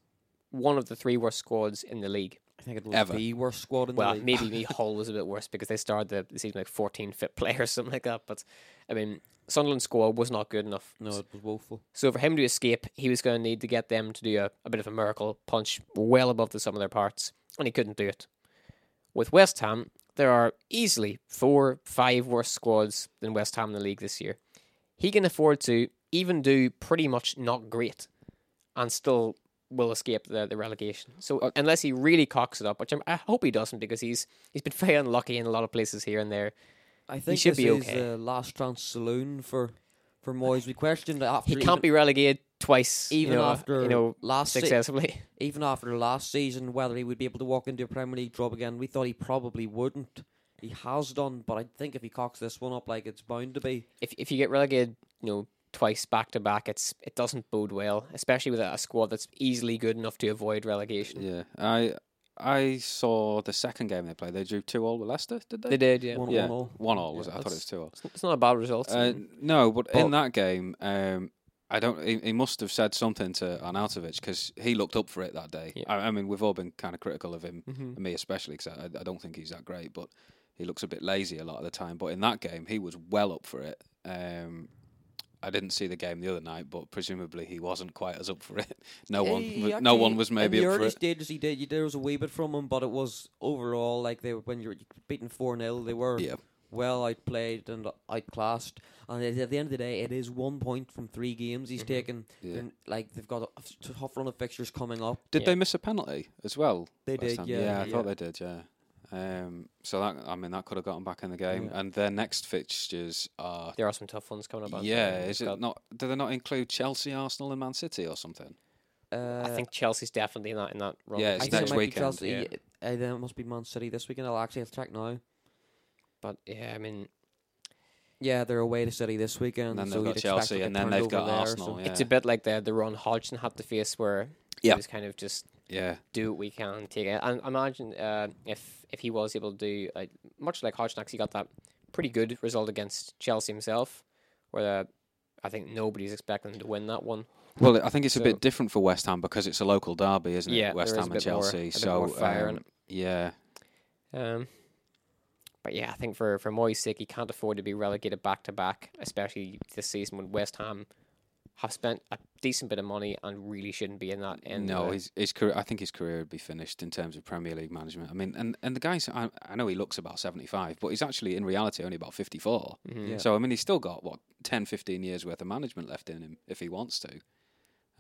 A: one of the three worst squads in the league.
C: I think it was
B: Ever.
C: the worst squad in
A: Well,
C: the league.
A: maybe me Hull was a bit worse because they started the- the season like 14 fit players, something like that. But, I mean, Sunderland squad was not good enough.
C: No, it was woeful.
A: So for him to escape, he was going to need to get them to do a, a bit of a miracle punch well above the sum of their parts, and he couldn't do it. With West Ham, there are easily four, five worse squads than West Ham in the league this year. He can afford to even do pretty much not great and still will escape the, the relegation. So
B: Uh,
A: unless he really cocks it up, which I'm, I hope he doesn't because he's he's been very unlucky in a lot of places here and there.
C: I think
A: should
C: this
A: be
C: is
A: okay.
C: the last chance saloon for for Moyes. We questioned after
A: He can't be relegated twice,
C: even
A: you know,
C: after
A: you know
C: last se-
A: successively.
C: even after last season whether he would be able to walk into a Premier League job again. We thought he probably wouldn't. He has done, but I think if he cocks this one up like it's bound to be,
A: if if you get relegated, you know, twice back to back, it's it doesn't bode well, especially with a, a squad that's easily good enough to avoid relegation.
B: yeah. I I saw the second game they played. They drew two all with Leicester. Did they?
A: They did, yeah.
C: One-
B: yeah,
C: all.
B: one all. Was
A: Yeah,
B: it? I thought it was
A: that's-
B: two all.
A: It's- It's not a bad result.
B: Uh, no, but,
A: But-
B: in that game, um, I don't. He, he must have said something to Arnautovic because he looked up for it that day.
A: Yeah.
B: I, I mean, we've all been kind of critical of him,
A: Mhm.
B: me especially, because I, I don't think he's that great, but he looks a bit lazy a lot of the time. But in that game, he was well up for it. Um, I didn't see the game the other night, but presumably he wasn't quite as up for it. No one,
C: He- he
B: was- no one
C: actually-
B: was maybe
C: in the
B: up for
C: early
B: it.
C: stages. He did. you- There was a wee bit from him, but it was overall like they were when you're beaten four 0 They were
B: Yeah,
C: well outplayed and outclassed. And at at the end of the day, it is one point from three games he's taken.
B: Yeah.
C: And, like they've got a f- tough run of fixtures coming up.
B: Did
A: Yeah.
B: they miss a penalty as well?
C: They
B: West
C: did,
B: Ham?
C: yeah,
B: yeah. I thought
C: yeah.
B: they did, yeah. Um, so that I mean that could have gotten back in the game.
C: Yeah.
B: And their next fixtures are
A: There are some tough ones coming up. aren't there?
B: Uh, yeah.
A: They've
B: Is it
A: got-
B: not? Do they not include Chelsea, Arsenal, and Man City or something?
C: Uh,
A: I think Chelsea's definitely not in that run.
B: Yeah,
C: I
B: it's
C: think
B: next
C: it might
B: weekend,
C: Be Chelsea.
A: yeah.
C: Uh, then it must be Man City this weekend. I'll actually have to check now.
A: But yeah, I mean,
C: Yeah, they're away to City this
B: And
C: weekend.
B: then
C: so
B: they've
C: you'd
B: got
C: expect
B: Chelsea,
C: like a
B: and then they've
C: turnover
B: got
C: there,
B: Arsenal.
C: so-
B: Yeah,
A: it's a bit like the the run Hodgson had to face where
B: Yeah.
A: he was kind of just
B: yeah,
A: do what we can and take it. And I imagine uh, if if he was able to do like much like Hodgson actually got that pretty good result against Chelsea himself, where uh, I think nobody's expecting them to win that one.
B: Well, I think it's a
A: So-
B: bit different for West Ham because it's a local derby, isn't it?
A: Yeah,
B: West
A: there is
B: Ham
A: a
B: and
A: bit more-
B: Chelsea.
A: a bit
B: so
A: more fire in
B: um, yeah,
A: Um, but yeah, I think for for Moyes' sake, he can't afford to be relegated back to back, especially this season when West Ham have spent a decent bit of money and really shouldn't be in that. End of
B: no,
A: it.
B: his his career. I think his career would be finished in terms of Premier League management. I mean, and and the guy's. I, I know he looks about seventy five, but he's actually in reality only about fifty four.
A: Mhm.
C: Yeah.
B: So I mean, he's still got what 10, 15 years worth of management left in him if he wants to.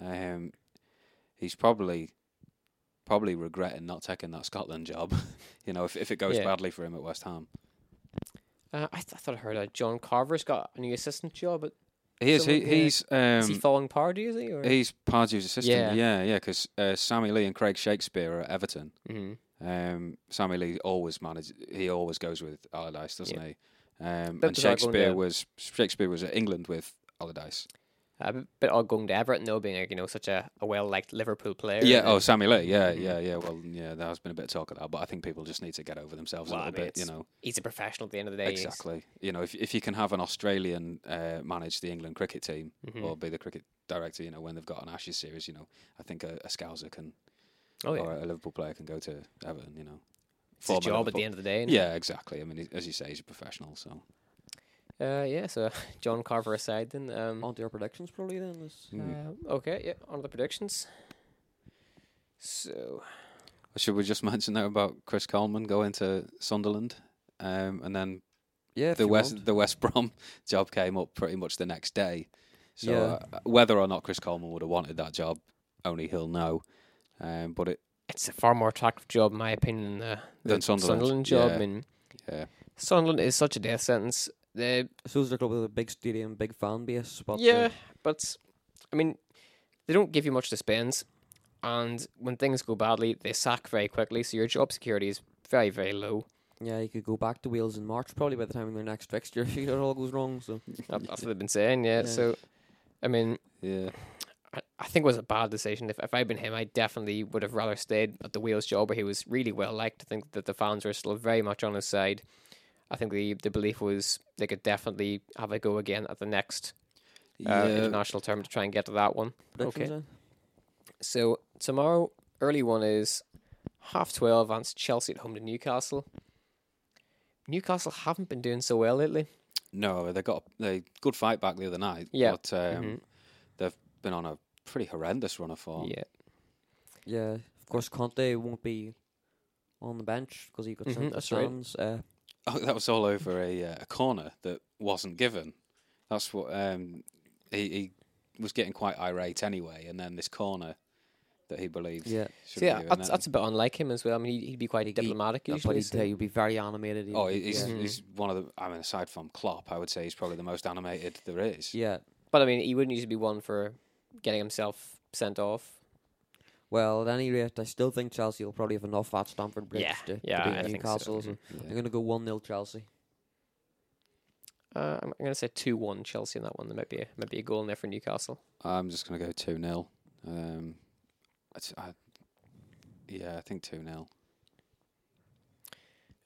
B: Um, he's probably probably regretting not taking that Scotland job. you know, if if it goes
A: Yeah.
B: badly for him at West Ham,
A: Uh, I, th- I thought I heard uh, John Carver's got a new assistant job. But
B: he is.
A: So,
B: He,
A: yeah.
B: He's. Um,
A: is he following Pardew? Is he? Or?
B: He's Pardew's
A: Yeah.
B: assistant. Yeah, yeah, because uh, Sammy Lee and Craig Shakespeare are at Everton.
A: Mhm.
B: Um, Sammy Lee always manages. He always goes with Allardyce, doesn't he? Um, and
A: That's what I'm going
B: Shakespeare
A: down.
B: was Shakespeare was at England with Allardyce.
A: A b- bit odd going to Everton though, being like, you know such a, a well liked Liverpool player.
B: Yeah.
A: and
B: Oh,
A: then-
B: Sammy Lee. Yeah,
A: Mhm.
B: yeah, yeah. Well, yeah. There has been a bit of talk of that, but I think people just need to get over themselves
A: Well,
B: a
A: I
B: little
A: mean,
B: bit. You
A: it's-
B: know,
A: he's a professional at the end of the day. he's-
B: exactly. You know, if if you can have an Australian uh, manage the England cricket team
A: Mhm.
B: or be the cricket director, you know, when they've got an Ashes series, you know, I think a, a Scouser can
A: Oh yeah,
B: or a Liverpool player can go to Everton. You know.
A: it's his
B: former
A: job at
B: Liverpool-
A: the end of the day. isn't it?
B: Yeah, exactly. I mean, he- as you say, he's a professional. So
A: Uh, yeah. So John Carver aside, then. Um,
C: Onto your predictions, probably then. Is,
A: Um, okay, yeah, on to the predictions. So,
B: should we just mention that about Chris Coleman going to Sunderland, um, and then
C: yeah, if
B: the
C: you
B: West
C: want.
B: the West Brom job came up pretty much the next day. So
C: Yeah.
B: uh, whether or not Chris Coleman would have wanted that job, only he'll know. Um, but it,
A: it's a far more attractive job, in my opinion, than the, the
B: Than Sunderland,
A: job. I
B: yeah.
A: mean,
B: yeah,
A: Sunderland is such a death sentence. They,
C: So is their club with a big stadium, big fan base. But uh,
A: yeah, but I mean, they don't give you much to spend, and when things go badly, they sack very quickly. So your job security is very, very low.
C: yeah, you could go back to Wales in March probably by the time of their next fixture if it all goes wrong. So
A: That- That's what they've been saying. Yeah.
C: Yeah.
A: So, I mean,
C: Uh,
B: yeah,
A: I, I think it was a bad decision. If if I'd been him, I definitely would have rather stayed at the Wheels job where he was really well liked. I think that the fans were still very much on his side. I think the the belief was they could definitely have a go again at the next uh,
B: yeah.
A: international term to try and get to that one.
C: predictions, eh?
A: So tomorrow early one is half twelve and it's Chelsea at home to Newcastle. Newcastle haven't been doing so well lately.
B: no, they got a good fight back the other night.
A: Yeah.
B: but um,
C: Mm-hmm.
B: they've been on a pretty horrendous run of form.
A: Yeah,
C: Yeah, of course Conte won't be on the bench because he got
A: Mhm,
C: sent to
A: that's right.
C: Sands. Uh,
B: Oh, that was all over a, uh, a corner that wasn't given. That's what um, he, he was getting quite irate anyway, and then this corner that he believed.
C: yeah,
A: So
B: should
A: yeah,
B: be given
A: that's,
B: out.
A: that's a bit unlike him as well. I mean, he, he'd be quite
C: He- he-
A: diplomatic
C: but
A: usually.
C: he'd,
A: so-
C: uh, he'd be very animated. he'd-
B: Oh, he- he's,
A: Yeah.
B: he's one of the. I mean, aside from Klopp, I would say he's probably the most animated there is.
C: yeah.
A: But I mean, he wouldn't usually be one for getting himself sent off.
C: Well, at any rate, I still think Chelsea will probably have enough at Stamford Bridge
A: Yeah,
C: to,
A: yeah,
C: to
A: I
C: beat
A: think so.
C: Newcastle. so
A: Mhm.
C: I'm going to go 1 0 Chelsea.
A: Uh, I'm, I'm going to say two one Chelsea in that one. There might be a, might be a goal in there for Newcastle.
B: I'm just going to go 2 0. Um, it's- I, yeah, I think 2 0.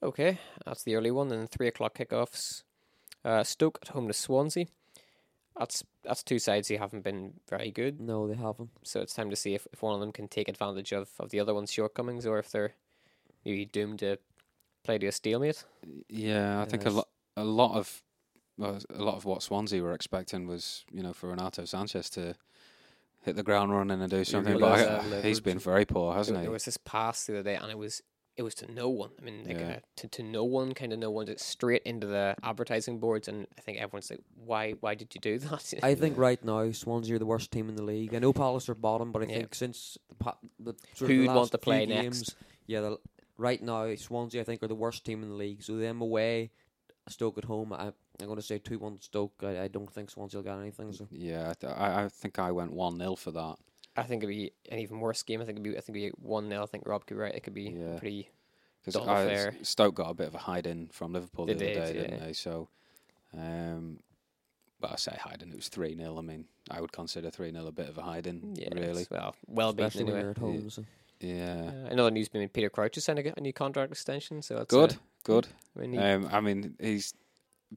A: Okay, that's the early one. Then three o'clock kickoffs. Uh, Stoke at home to Swansea. That's that's two sides who haven't been very good.
C: No, they haven't.
A: So it's time to see if, if one of them can take advantage of, of the other one's shortcomings, or if they're maybe doomed to play to a stalemate.
B: Yeah, I think a
C: Yes.
B: lot, a lot of, well, a lot of what Swansea were expecting was, you know, for Renato Sanchez to hit the ground running and do something.
A: really
B: But
A: does
B: I-
A: have
B: he's
A: leverage.
B: been very poor,
A: There,
B: hasn't
A: there
B: he?
A: was this pass the other day, and it was it was to no one. I mean, like
B: Yeah.
A: uh, to to no one, kind of no one, just straight into the advertising boards, and I think everyone's like, why why did you do that?
C: I think right now Swansea are the worst team in the league. I know Palace are bottom, but I
A: Yeah.
C: think since the, pa- the sort of
A: Who'd
C: the last
A: want to
C: few
A: play
C: games, yeah, the, right now Swansea I think are the worst team in the league. So them away, Stoke at home. I, I'm going to say two one Stoke. I, I don't think Swansea will get anything. So
B: Yeah, I, th- I I think I went one 0 for that.
A: I think it'd be an even worse game. I think it'd be I think it'd be one 0 I think Rob could be right. It could be
B: Yeah.
A: pretty.
B: because
A: Done affair.
B: Stoke got a bit of a hide in from Liverpool the
A: They
B: other
A: did,
B: day, didn't
A: yeah.
B: they? So, um, well, I say hide in. It was three 0 I mean, I would consider three 0 a bit of a hide in,
A: Yeah,
B: really.
A: it's- Well, well beaten
C: especially when
A: anyway.
C: you're at home. So.
B: Yeah,
A: Uh, another news being Peter Crouch has signed a, g- a new contract extension, so that's
B: good,
A: uh,
B: good.
A: we need-
B: Um, I mean, he's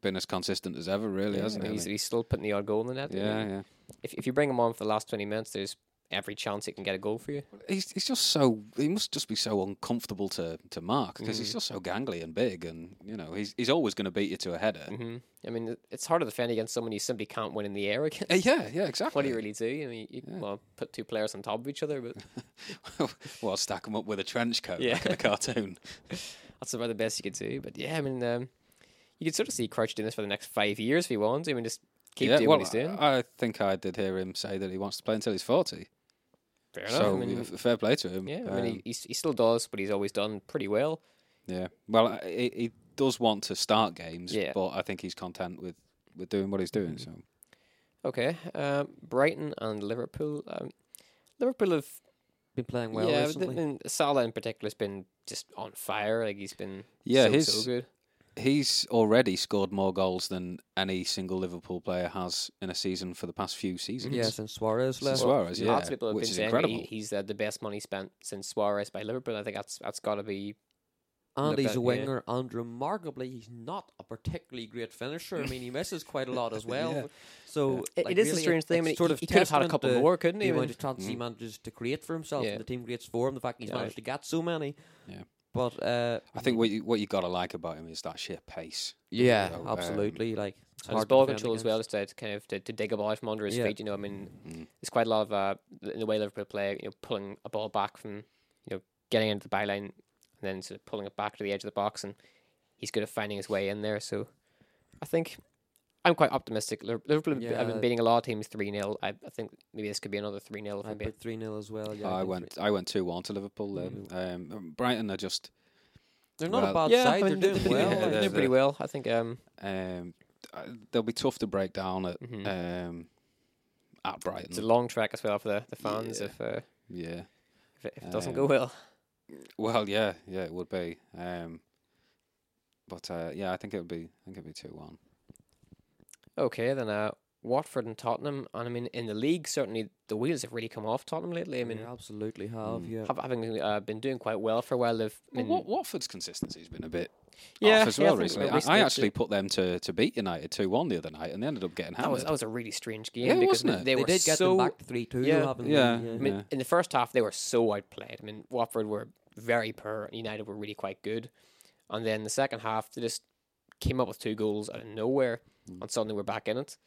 B: been as consistent as ever, really,
A: yeah,
B: hasn't he? I
A: he's,
B: mean,
A: he's still putting the odd goal in the net. I mean,
B: yeah, yeah.
A: If if you bring him on for the last twenty minutes, there's every chance he can get a goal for you.
B: He's he's just so he must just be so uncomfortable to to mark because he's
A: Mm.
B: just so gangly and big, and you know he's he's always going to beat you to a header.
A: hmm I mean, it- it's hard to defend against someone you simply can't win in the air against.
B: Uh, yeah, yeah, exactly.
A: What do you really do? I mean, you
B: Yeah.
A: well put two players on top of each other, but
B: well, stack them up with a trench coat
A: Yeah.
B: like in a cartoon.
A: that's about the best you could do. But yeah, I mean, um, you could sort of see Crouch doing this for the next five years if he wants. I mean, just keep
B: Yeah,
A: doing
B: well, uh,
A: what he's doing.
B: I I think I did hear him say that he wants to play until he's forty.
A: Fair enough.
B: so
A: I mean,
B: f- fair play to him.
A: yeah, I
B: Um,
A: mean, he, he's- he still does what he's always done pretty well.
B: yeah. Well, I- he, he does want to start games,
A: Yeah. Mm-hmm.
B: but I think he's content with, with doing what he's doing. So
A: Okay, um, Brighton and Liverpool. Um, Liverpool have
C: Been playing well
A: yeah, but I
C: recently.
A: mean, Salah in particular has been just on fire. Like he's been
B: yeah,
A: so,
B: his
A: so good.
B: he's already scored more goals than any single Liverpool player has in a season for the past few seasons.
C: yeah, since Suarez
B: Since
C: left.
B: Suarez, yeah,
A: Lots of people have
B: which
A: been
B: is
A: saying
B: incredible.
A: he, he's uh, the best money spent since Suarez by Liverpool. I think that's that's got to be
C: And
A: Look
C: he's
A: at-
C: a
A: yeah.
C: winger, and remarkably, he's not a particularly great finisher. I mean, he misses quite a lot as well.
B: Yeah.
C: So
A: It-
C: like,
A: it is
C: really,
A: uh, a strange thing. I
C: it's
A: mean,
C: sort
A: he,
C: of
A: he could have had a
C: testament
A: couple
C: to
A: more, couldn't
C: the
A: he? I mean,
C: amount of chances he manages to create for himself,
A: Yeah.
C: and the team creates for him. The fact he's
A: Yeah.
C: managed to get so many.
B: Yeah.
C: But uh,
B: I think what you, what you got to like about him is that sheer pace.
C: yeah,
B: So, um,
C: absolutely. like it's
A: and his
C: hard to
A: ball
C: defend
A: control as well,
C: against.
A: just to, to kind of to, to dig a ball out from under his
C: Yeah.
A: feet. You know, I mean,
B: Mm.
A: there's quite a lot of uh, in the way Liverpool play. You know, pulling a ball back from you know getting into the byline and then sort of pulling it back to the edge of the box, and he's good at finding his way in there. So I think I'm quite optimistic. Liver- Liverpool have been- have
C: Yeah.
A: been beating a lot of teams three 0 I, I think maybe this could be another three 0 if
C: I
A: I'm being
C: put three 0 as
A: oh,
C: well. Yeah,
B: I
C: think
B: went.
C: three-
B: I went two one to Liverpool. Then
A: Mm.
B: um, Brighton are just
C: They're not
B: well-
C: a bad side.
A: I
C: They're
A: mean,
C: doing
A: pretty-
C: well.
B: yeah,
A: they're,
C: like,
B: they're-
A: pretty well. I think. Um,
B: um, uh, they'll be tough to break down at
A: mhm.
B: um, at
A: it's a
B: Brighton.
A: long track as well for the, the fans
B: Yeah.
A: if, uh,
B: Yeah.
A: if it, if it doesn't go
B: Um,
A: well.
B: Well, yeah, yeah, it would be. Um, but uh, yeah, I think it would be. I think it'd be two one.
A: Okay, then uh, Watford and Tottenham, and I mean in the league certainly the wheels have really come off Tottenham lately. I
C: they
A: mean,
C: absolutely have.
B: Mm.
C: Yeah.
A: have, having uh, been doing quite well for a while, they've
B: Well,
A: been-
B: Wat- Watford's consistency has been a bit
A: Mm. yeah
B: off as
A: yeah, I
B: well
A: think
B: recently. I,
A: recently
B: I
A: it's-
B: actually put them to, to beat United two one the other night, and they ended up getting
A: that was
B: hammered.
A: that was a really strange game.
B: Yeah,
A: because
B: wasn't
A: I mean,
B: it?
A: They,
C: They
A: were
C: did get
A: so
C: them back to three two.
A: yeah.
B: Yeah.
A: I mean,
B: Yeah.
A: in the first half, they were so outplayed. I mean, Watford were very poor, and United were really quite good. And then the second half, they just came up with two goals out of nowhere,
B: Hmm.
A: and suddenly we're back in it.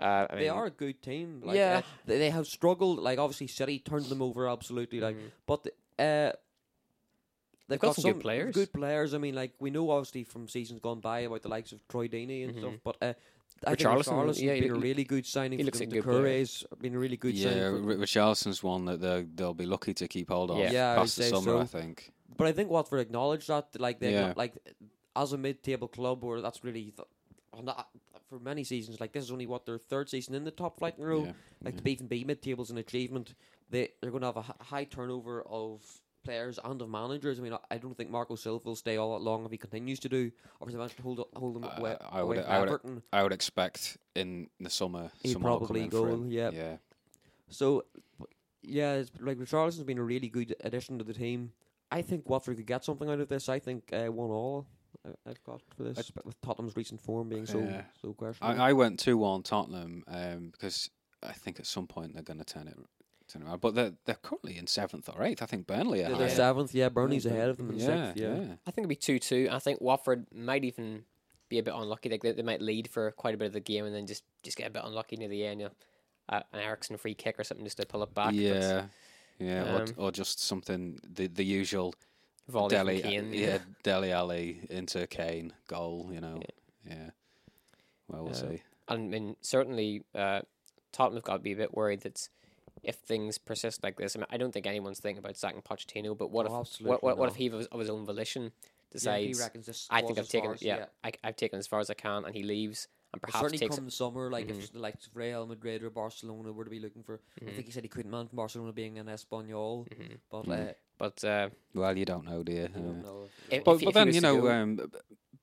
A: Uh, I mean,
C: they are a good team. Like,
A: Yeah.
C: uh,
B: eh,
C: they, they have struggled. Like obviously, City turned them over absolutely. Like,
A: Mhm.
C: but uh, they've
A: got
C: got,
A: some good players.
C: Good players. I mean, like we know obviously from seasons gone by about the likes of Troy Deeney and stuff. But uh, I think
A: Mm-hmm. Richarlison,
C: Richarlison's
A: yeah, he
C: been a
A: look-
C: really good
A: he
C: signing. for
A: looks
C: them.
A: like a good player.
C: Doucouré's been a really good
B: yeah,
C: signing. For,
B: Ri- Richarlison's one that they'll they'll be lucky to keep hold of
A: Yeah.
C: Yeah, I
B: past the
C: would say
B: summer,
C: so.
B: I think.
C: but I think Watford acknowledged that. Like they
B: Yeah.
C: acknow- like as a mid-table club, where that's really. Th- on that- for many seasons, like this is only what their third season in the top flight in a row.
B: Yeah.
C: Like to be even be mid tables an achievement. They they're going to have a hi- high turnover of players and of managers. I mean, I- I don't think Marco Silva will stay all that long if he continues to do, or if they manage to hold hold him
B: I-
C: away,
B: I
C: away
B: would-
C: from
B: I would-
C: Everton.
B: I would expect in the summer
C: He'd
B: someone will come
C: probably
B: in for
C: go,
B: him.
C: yeah.
B: yeah,
C: So, but- yeah, it's, like Richarlison's been a really good addition to the team. I think Watford could get something out of this. I think uh, one all. I- I've got for this but with Tottenham's recent form being so
B: Yeah.
C: so questionable.
B: I, I went two one Tottenham um, because I think at some point they're going to turn it turn it around. But they're they're currently in seventh or eighth. I think Burnley are
C: they're
B: higher.
C: seventh, yeah. Burnley's
B: Yeah,
C: ahead of them in
B: yeah,
C: sixth, yeah.
A: I think it'll be two two. I think Watford might even be a bit unlucky. Like they, they might lead for quite a bit of the game and then just just get a bit unlucky near the end. You know, uh, an Ericsson free kick or something just to pull it back. but-
B: yeah, yeah, or,
A: Um,
B: or just something the the usual.
A: volley from
C: uh,
B: Deli,
A: Kane.
B: yeah, Deli Alley into Kane goal. You know, yeah. Well, we'll
A: Uh,
B: see.
A: And I mean, certainly, uh, Tottenham have got to be a bit worried that if things persist like this, I, mean, I don't think anyone's thinking about sacking Pochettino. But what
C: Oh,
A: if what,
C: absolutely
A: what, what if
C: not.
A: he of his, of his own volition
C: Yeah, he
A: decides?
C: reckons this
A: I
C: squad's
A: think I've
C: as
A: taken
C: far as-
A: yeah, I, I've taken as far as I can, and he leaves and
C: But
A: perhaps
C: certainly
A: takes
C: come the summer, like
B: Mm-hmm.
C: if the likes of Real Madrid or Barcelona were to be looking for,
A: Mm-hmm.
C: I think he said he couldn't mind Barcelona being in Espanol,
B: Mm-hmm.
C: but uh,
A: But uh,
B: Well, you don't know, dear.
C: you don't know. if-
A: If-
B: But,
A: if he
B: but then
A: was
B: you
A: to
B: know,
A: go-
B: um,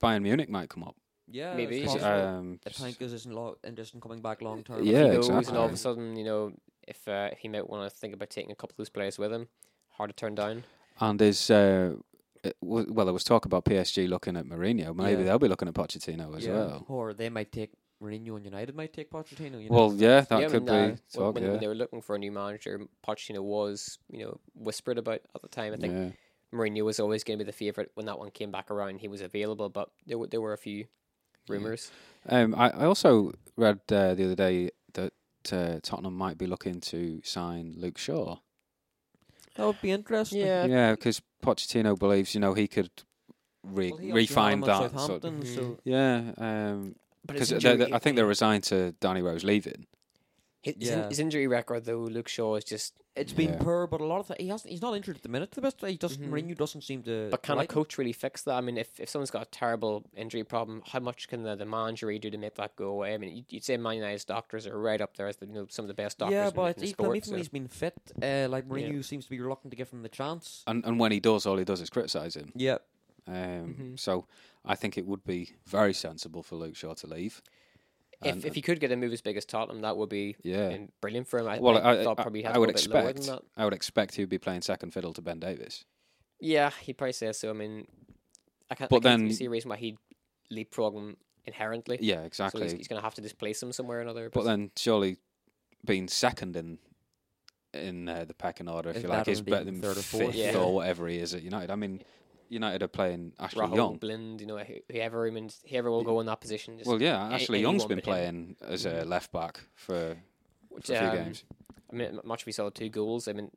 B: Bayern Munich might come up.
C: yeah,
A: maybe
C: maybe
A: he's-
C: it's
A: Possible.
B: Um,
C: if Tankers isn't lo- interested in coming back long term.
A: Uh, he
B: Yeah,
A: goes, and all of
B: exactly.
A: a sudden, you know, if uh, he might want to think about taking a couple of those players with him, hard to turn down.
B: and is uh, it w- well, there was talk about PSG looking at Mourinho. Maybe
C: Yeah.
B: they'll be looking at Pochettino as well.
C: Or they might take Mourinho and United might take Pochettino. You know?
B: Well, yeah, that
A: Yeah, I
B: could
A: mean, uh,
B: be
A: when-
B: talk.
A: when,
B: yeah.
A: when they were looking for a new manager, Pochettino was, you know, whispered about at the time. I think
B: yeah.
A: Mourinho was always going to be the favorite when that one came back around. He was available, but there were there were a few rumors.
B: Um, I, I also read uh, the other day that uh, Tottenham might be looking to sign Luke Shaw.
C: that would be interesting.
A: Yeah.
B: Yeah, because Pochettino believes you know he could re-
C: Well, he obviously had
B: refine
C: him at
B: that. Mm-hmm. Sort
C: Southampton,
A: Mhm.
C: so
B: yeah, um,
A: But
B: because I think they're resigned to Danny Rose leaving.
A: his,
C: Yeah.
A: his injury record though. Luke Shaw is just.
C: it's been
B: Yeah.
C: poor, but a lot of th- he hasn't. He's not injured at the minute. To the best, he doesn't.
B: Mm-hmm.
A: Mhm.
C: Mourinho doesn't seem to.
A: But can
C: like
A: a
C: him.
A: coach really fix that? I mean, if, if someone's got a terrible injury problem, how much can the, the manager really do to make that go away? I mean, you'd, you'd say Man United's doctors are right up there as the, you know some of the best doctors.
C: Yeah,
A: in-
C: but
A: in
C: it's,
A: sport,
C: even
A: so-
C: when he's been fit, uh, like Mourinho seems to be reluctant to give him the chance.
B: And and when he does, all he does is criticise him.
C: Yeah,
B: Um,
A: Mhm.
B: So I think it would be very sensible for Luke Shaw to leave.
A: if
B: And-
A: if he could get a move as big as Tottenham, that would be
B: Yeah.
A: um, brilliant for him. I,
B: well,
A: I,
B: I,
A: thought
B: I-
A: probably he
B: I
A: had to go
B: would
A: a bit lower than
B: expect
A: that.
B: I would expect he'd be playing second fiddle to Ben Davis.
A: Yeah, he probably says so. I mean, I can't.
B: But
A: I can't
B: then-
A: see a reason why he'd leapfrog him inherently.
B: Yeah,
A: So
B: exactly.
A: he's, he's going to have to displace him somewhere or another.
B: but then surely being second in in uh, the pecking order, if,
C: Is
B: you like,
C: better
B: is
C: than
B: better than
C: being
B: third
C: third
B: or
C: or fourth.
B: fifth
A: Yeah.
B: or whatever he is at United. I mean, United are playing Ashley
A: Rahul,
B: Young.
A: Blind, you know, who- whoever him and whoever will go in that position. Just,
B: Well, yeah,
A: a-
B: Ashley Young's
A: anyone
B: been
A: but him. Mm-hmm.
B: playing as a left back for,
A: which,
B: for a few
A: um,
B: games.
A: I mean, m- much we saw two goals. I mean,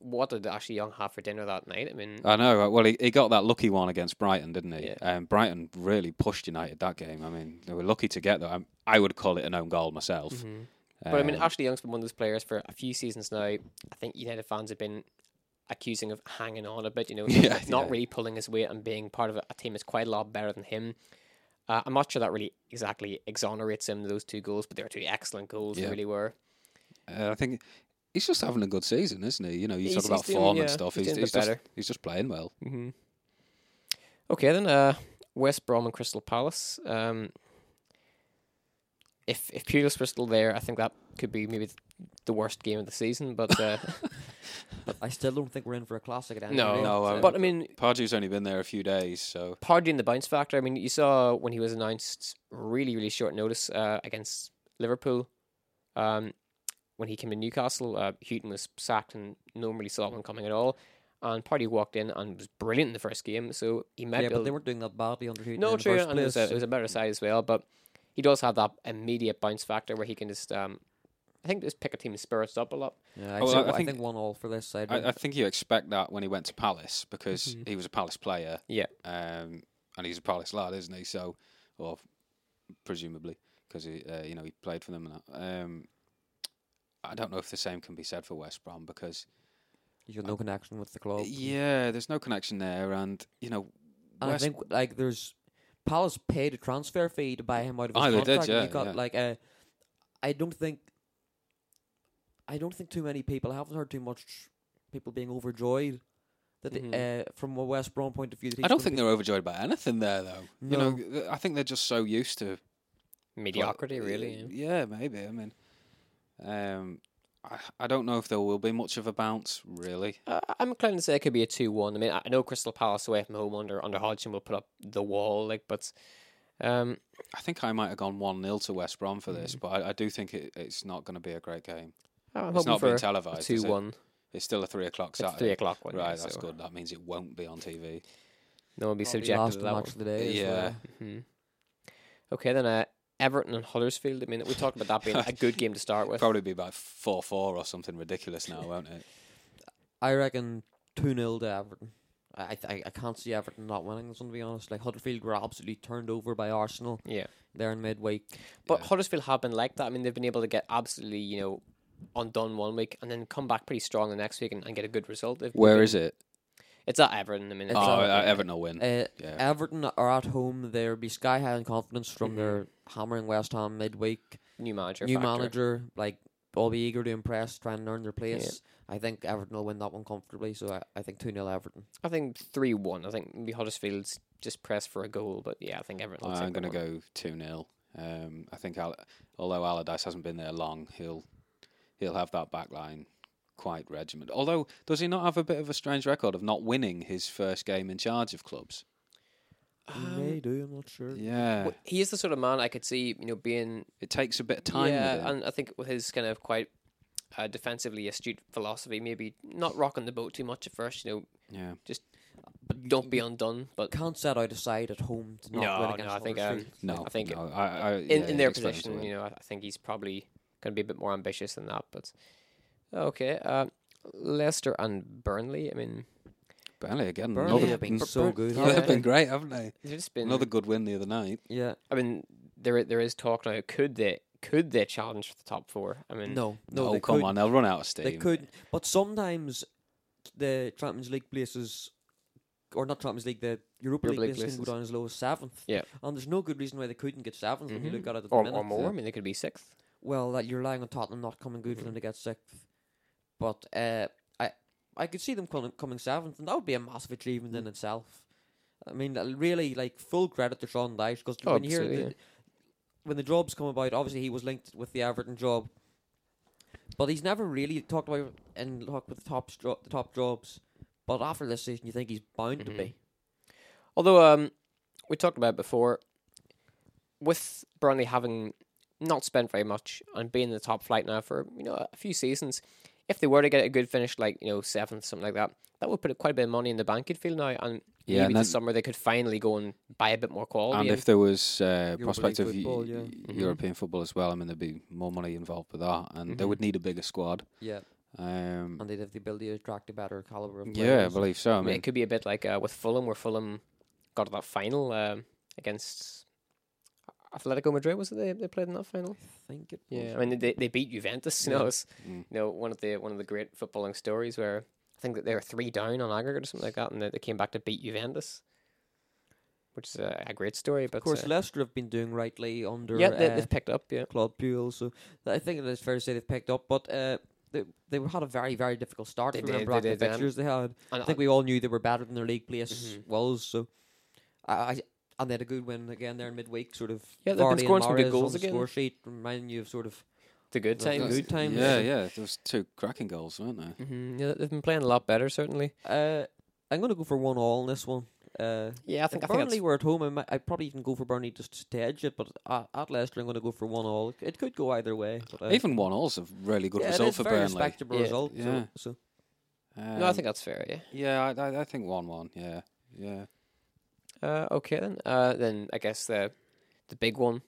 A: what did Ashley Young have for dinner that night? I mean,
B: I know. uh, Well, he, he got that lucky one against Brighton, didn't he?
A: Yeah.
B: Um, Brighton really pushed United that game. I mean, they were lucky to get that. I, I would call it an own goal myself.
A: mhm. but I mean,
B: Um,
A: Ashley Young's been one of those players for a few seasons now. I think United fans have been accusing of hanging on a bit, you know,
B: Yeah,
A: not
B: yeah.
A: really pulling his weight and being part of a, a team that's quite a lot better than him. Uh, I'm not sure that really exactly exonerates him those two goals, but they were two excellent goals.
B: Yeah.
A: They really were.
B: Uh, I think he's just having a good season, isn't he? You know, you
A: He's-
B: talk about
A: he's doing-
B: form
A: yeah,
B: and stuff.
A: he's
B: He's,
A: doing a
B: he's
A: bit
B: just
A: better.
B: he's just playing well.
A: Mm-hmm. Okay, then uh, West Brom and Crystal Palace. Um, if if Pulis were still there, I think that could be maybe th- the worst game of the season. But uh,
C: I still don't think we're in for a classic at any
A: No.
C: rate.
B: No, I-
C: so-
A: but I mean,
B: Pardew's only been there a few days, so
A: pardoning the bounce factor. I mean, you saw when he was announced, really really short notice uh, against Liverpool. Um, when he came to Newcastle, uh, Houghton was sacked, and no one really saw him coming at all. And Party walked in and was brilliant in the first game, so he might
C: yeah,
A: be
C: but
A: able
C: they weren't doing that badly under Houghton.
A: No,
C: in the
A: true,
C: first
A: and it was, a,
C: place,
A: it was a better side as well. But he does have that immediate bounce factor where he can just, um, I think, just pick a team's spirits up a lot.
C: Yeah, I,
B: Well,
C: think,
B: I
C: I
B: think-
C: think one all for this side.
B: I, I think you expect that when he went to Palace because
A: Mhm.
B: he was a Palace player.
A: Yeah.
B: um, and he's a Palace lad, isn't he? So, or presumably because he, uh, you know, he played for them. And that. Um, I don't know if the same can be said for West Brom because
C: He's got no connection with the club.
B: Uh, yeah, there's no connection there, and you know,
C: and
B: West
C: I think like there's Palace paid a transfer fee to buy him out of his
B: Oh, they did,
C: contract. and
B: yeah,
C: you got
B: yeah.
C: like uh, I don't think I don't think too many people. I haven't heard too much people being overjoyed that they-
A: Mhm.
C: uh, from a West Brom point of view. That
B: Mm-hmm. I
C: he's
B: don't
C: gonna
B: think
C: be-
B: they're overjoyed by anything there, though. You know,
C: No.
B: th- I think they're just so used to
A: Mediocrity,
B: Well,
A: really.
B: y-
A: yeah.
B: Yeah, maybe. I mean, um, I, I don't know if there will be much of a bounce, really.
A: Uh, I'm inclined to say it could be a two-one. I mean, I I know Crystal Palace away from home under under Hodgson will put up the wall, like, but um,
B: I think I might have gone 1 0 to West Brom for
A: Mm.
B: this, but I, I do think it, it's not going to be a great game.
A: Oh, I'm
B: it's
A: hoping
B: not
A: for
B: being
A: a- a
B: televised. is it?
A: two-one.
B: It's still a 3 o'clock
A: It's
B: Saturday.
A: a three o'clock one.
B: Right,
A: yeah,
B: that's
A: so uh,
B: good. That means it won't be on
A: No
B: TV.
A: one will be
C: Probably
A: subjected
C: last
A: to that
C: match
A: one.
C: of the day. as
B: Yeah.
C: well.
A: hmm Okay, then uh, Everton and Huddersfield. I mean, we talked about that being a good game to start with.
B: Probably be about 4 4 or something ridiculous now, won't it?
C: I reckon two 0 to Everton. I I, th- I can't see Everton not winning this one. To be honest, like Huddersfield were absolutely turned over by Arsenal
A: Yeah.
C: there in midweek.
A: But
B: Yeah.
A: Huddersfield have been like that. I mean, they've been able to get absolutely, you know, undone one week and then come back pretty strong the next week and, and get a good result. They've
B: Where
A: been-
B: is it?
A: It's at Everton. I mean, it's
B: Oh,
A: not-
B: uh, Everton will win.
A: Mm.
C: Uh,
B: Yeah.
C: Everton are at home. They'll be sky high in confidence from
A: Mhm.
C: their hammering West Ham midweek.
A: new manager.
C: New
A: factor.
C: manager, like all be eager to impress, trying to earn their place. I think Everton will win that one comfortably. So I, I think two 0 Everton.
A: I think three one. I think maybe Huddersfield's just pressed for a goal, but yeah, I think Everton. will
B: I'm
A: take that
B: going to
A: one.
B: go two 0 um, I think Al- although Allardyce hasn't been there long, he'll he'll have that back line quite regimented. Although does he not have a bit of a strange record of not winning his first game in charge of clubs?
A: Um,
C: may do. I'm not sure.
B: Yeah,
A: Well, He is the sort of man I could see, you know, being
B: it takes a bit of time.
A: Yeah,
B: with him.
A: and I think with his kind of quite uh, defensively astute philosophy, maybe not rocking the boat too much at first. You know,
B: yeah.
A: but don't be undone. But
C: Can't set out a side at home to not win
A: no,
C: against
A: no, I think um,
C: Huddersfield.
B: No,
A: I think
B: no, I, I,
A: in,
B: yeah,
A: in their
B: it's very
A: position,
B: similar.
A: you know, I I think he's probably going to be a bit more ambitious than that. But okay, uh, Leicester and Burnley. I mean,
B: Burnley again.
C: Burnley
B: another-
C: have been
B: n-
C: so good.
A: Yeah.
B: They've been great, haven't they?
A: there's just been
B: Another good win the other night.
C: yeah.
A: I mean, there i- there is talk now. Could they could they challenge for the top four? I mean,
C: No, no,
B: No,
C: they
B: Oh, come
C: could,
B: on, they'll run out of steam.
C: They could, but sometimes the Champions League places, or not Champions League, the
A: Europa
C: Europa League,
A: League
C: places, can go
A: places.
C: down as low as seventh.
A: Yeah.
C: and there's no good reason why they couldn't get 7th when you
A: Mhm.
C: look at it at the
A: or,
C: minute.
A: or more. I mean, they could be sixth.
C: Well, that you're relying on Tottenham not coming
A: Mm-hmm.
C: good for them to get sixth, but uh, I I could see them coming coming seventh, and that would be a massive achievement
A: Mm.
C: in itself. I mean, uh, really, like full credit to Sean Dyche because
A: Oh,
C: when you hear
A: absolutely,
C: the, when the jobs come about, obviously he was linked with the Everton job, but he's never really talked about it and talked with the top stro- the top jobs. But after this season, you think he's bound to
A: Mhm.
C: be.
A: Although um, we talked about it before, with Burnley having not spent very much and being in the top flight now for you know a few seasons, if they were to get a good finish like you know seventh something like that, that would put quite a bit of money in the bank. You'd feel now, and
B: Yeah,
A: maybe
B: and
A: this
B: then-
A: summer they could finally go and buy a bit more quality.
B: and
A: in.
B: if there was uh,
C: League
B: prospect of
C: football,
B: Eu-
C: yeah.
A: Mhm.
B: European football as well, I mean, there'd be more money involved with that, and they
A: Mhm.
B: would need a bigger squad.
C: Yeah,
B: Um,
C: and they'd have the ability to attract a better caliber of players.
B: yeah, I believe so. I
A: I mean,
B: mean,
A: it could be a bit like uh, with Fulham, where Fulham got to that final um, against Atletico Madrid. Was it they, they played in that final?
C: I think it. was.
A: Yeah, I mean they they beat Juventus. You know,
C: Yeah.
A: it's
B: mm.
A: you know one of the one of the great footballing stories where I think that they were three down on aggregate or something like that, and they, they came back to beat Juventus, which is a, a great story. But
C: Of course,
A: uh,
C: Leicester have been doing rightly under
A: yeah, they,
C: uh,
A: they've picked up. Yeah,
C: Claude Puel, so th- I think it's fair to say they've picked up. But uh, they they had a very very difficult start.
A: They
C: if you remember
A: did, they
C: back to the
A: did, um,
C: fixtures they had.
A: and
C: I think we all knew they were better than their league place
A: Mhm.
C: was. So I, I and they had a good win again there in midweek, sort of.
A: Yeah, they've been
C: Vardy and
A: scoring some good
C: Mahrez on
A: goals
C: the
A: again.
C: Score sheet reminding you of sort of
A: the good
C: the
A: times.
C: good times.
B: Yeah, yeah, there was two cracking goals, weren't there?
A: hmm yeah, they've been playing a lot better certainly.
C: Uh, I'm gonna go for one all in this one. Uh,
A: Yeah, I
C: if
A: think I think
C: Burnley
A: it's-
C: were at home, I might, I'd probably even go for Burnley just to edge it. But uh, at Leicester, I'm going to go for one all. It could go either way. But, uh,
B: Even one all's a really good
C: yeah, it
B: result
C: is
B: for
C: very
B: Burnley.
C: respectable
A: Yeah.
C: result. so-
B: Yeah.
C: So,
A: no, I
B: Um,
A: think that's fair. Yeah.
B: Yeah, I, I, I think one-one. Yeah, yeah.
A: Uh, okay then. Uh, then I guess the the big one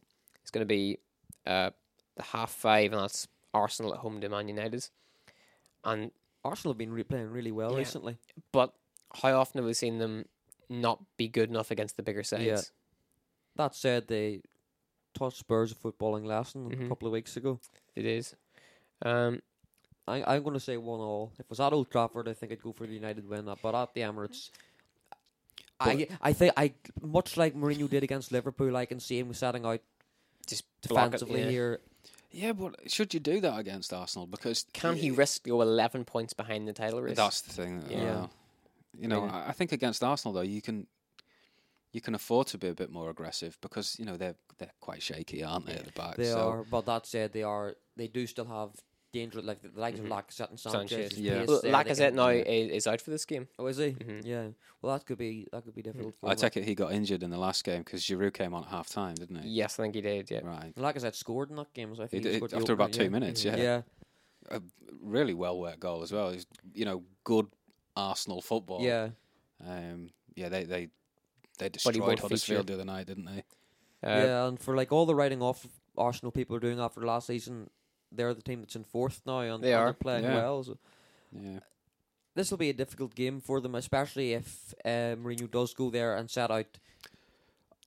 A: is going to be uh, the half five, and that's Arsenal at home to Man United. And
C: Arsenal have been re- playing really well
A: Yeah.
C: recently.
A: but how often have we seen them not be good enough against the bigger sides?
C: Yeah. That said, they taught Spurs a footballing lesson a
A: Mhm.
C: couple of weeks ago.
A: It is. Um,
C: I, I'm going to say one all. If it was at Old Trafford, I think I'd go for the United win. That, but at the Emirates. I I think I much like Mourinho did against Liverpool. I can see him setting out
A: just block it,
C: defensively
A: yeah.
C: here.
B: Yeah, but should you do that against Arsenal? Because
A: Can he
B: Yeah.
A: risk go eleven points behind the title race?
B: That's the thing.
A: Yeah.
B: Yeah. You know,
A: Yeah.
B: I I think against Arsenal though, you can you can afford to be a bit more aggressive because you know they're they're quite shaky, aren't they, at the back?
C: They
B: Uh, so
C: are, but that said, they are. They do still have danger, like the likes of Lacazette and Mm-hmm. Sanchez.
A: Sanchez.
C: Sanchez.
B: Yeah.
A: Well, Lacazette now
B: Yeah.
A: is, is out for this game.
C: Oh, is he?
A: Mhm.
C: Yeah. Well, that could be that could be difficult. for
B: Mm-hmm. I
C: him.
B: take it he got injured in the last game because Giroud came on at half time, didn't he?
A: Yes, I think he did. Yeah.
B: Right.
C: Lacazette scored in that game, so I
B: He
C: think he,
B: did it
C: scored the
B: after about
C: opener,
B: two minutes,
A: Mhm.
B: yeah.
C: yeah. Yeah.
B: Really well worked goal as well. He's you know good Arsenal football.
C: yeah.
B: Um. Yeah. They they they
A: he won't
B: destroyed
A: feature.
B: Huddersfield the other night, didn't they?
A: Uh,
C: yeah, and for like all the writing off Arsenal people are doing after last season, they're the team that's in fourth now, and
A: They
C: and
A: are.
C: they're playing
B: Yeah.
C: well. So
B: Yeah.
C: this will be a difficult game for them, especially if um, Mourinho does go there and set out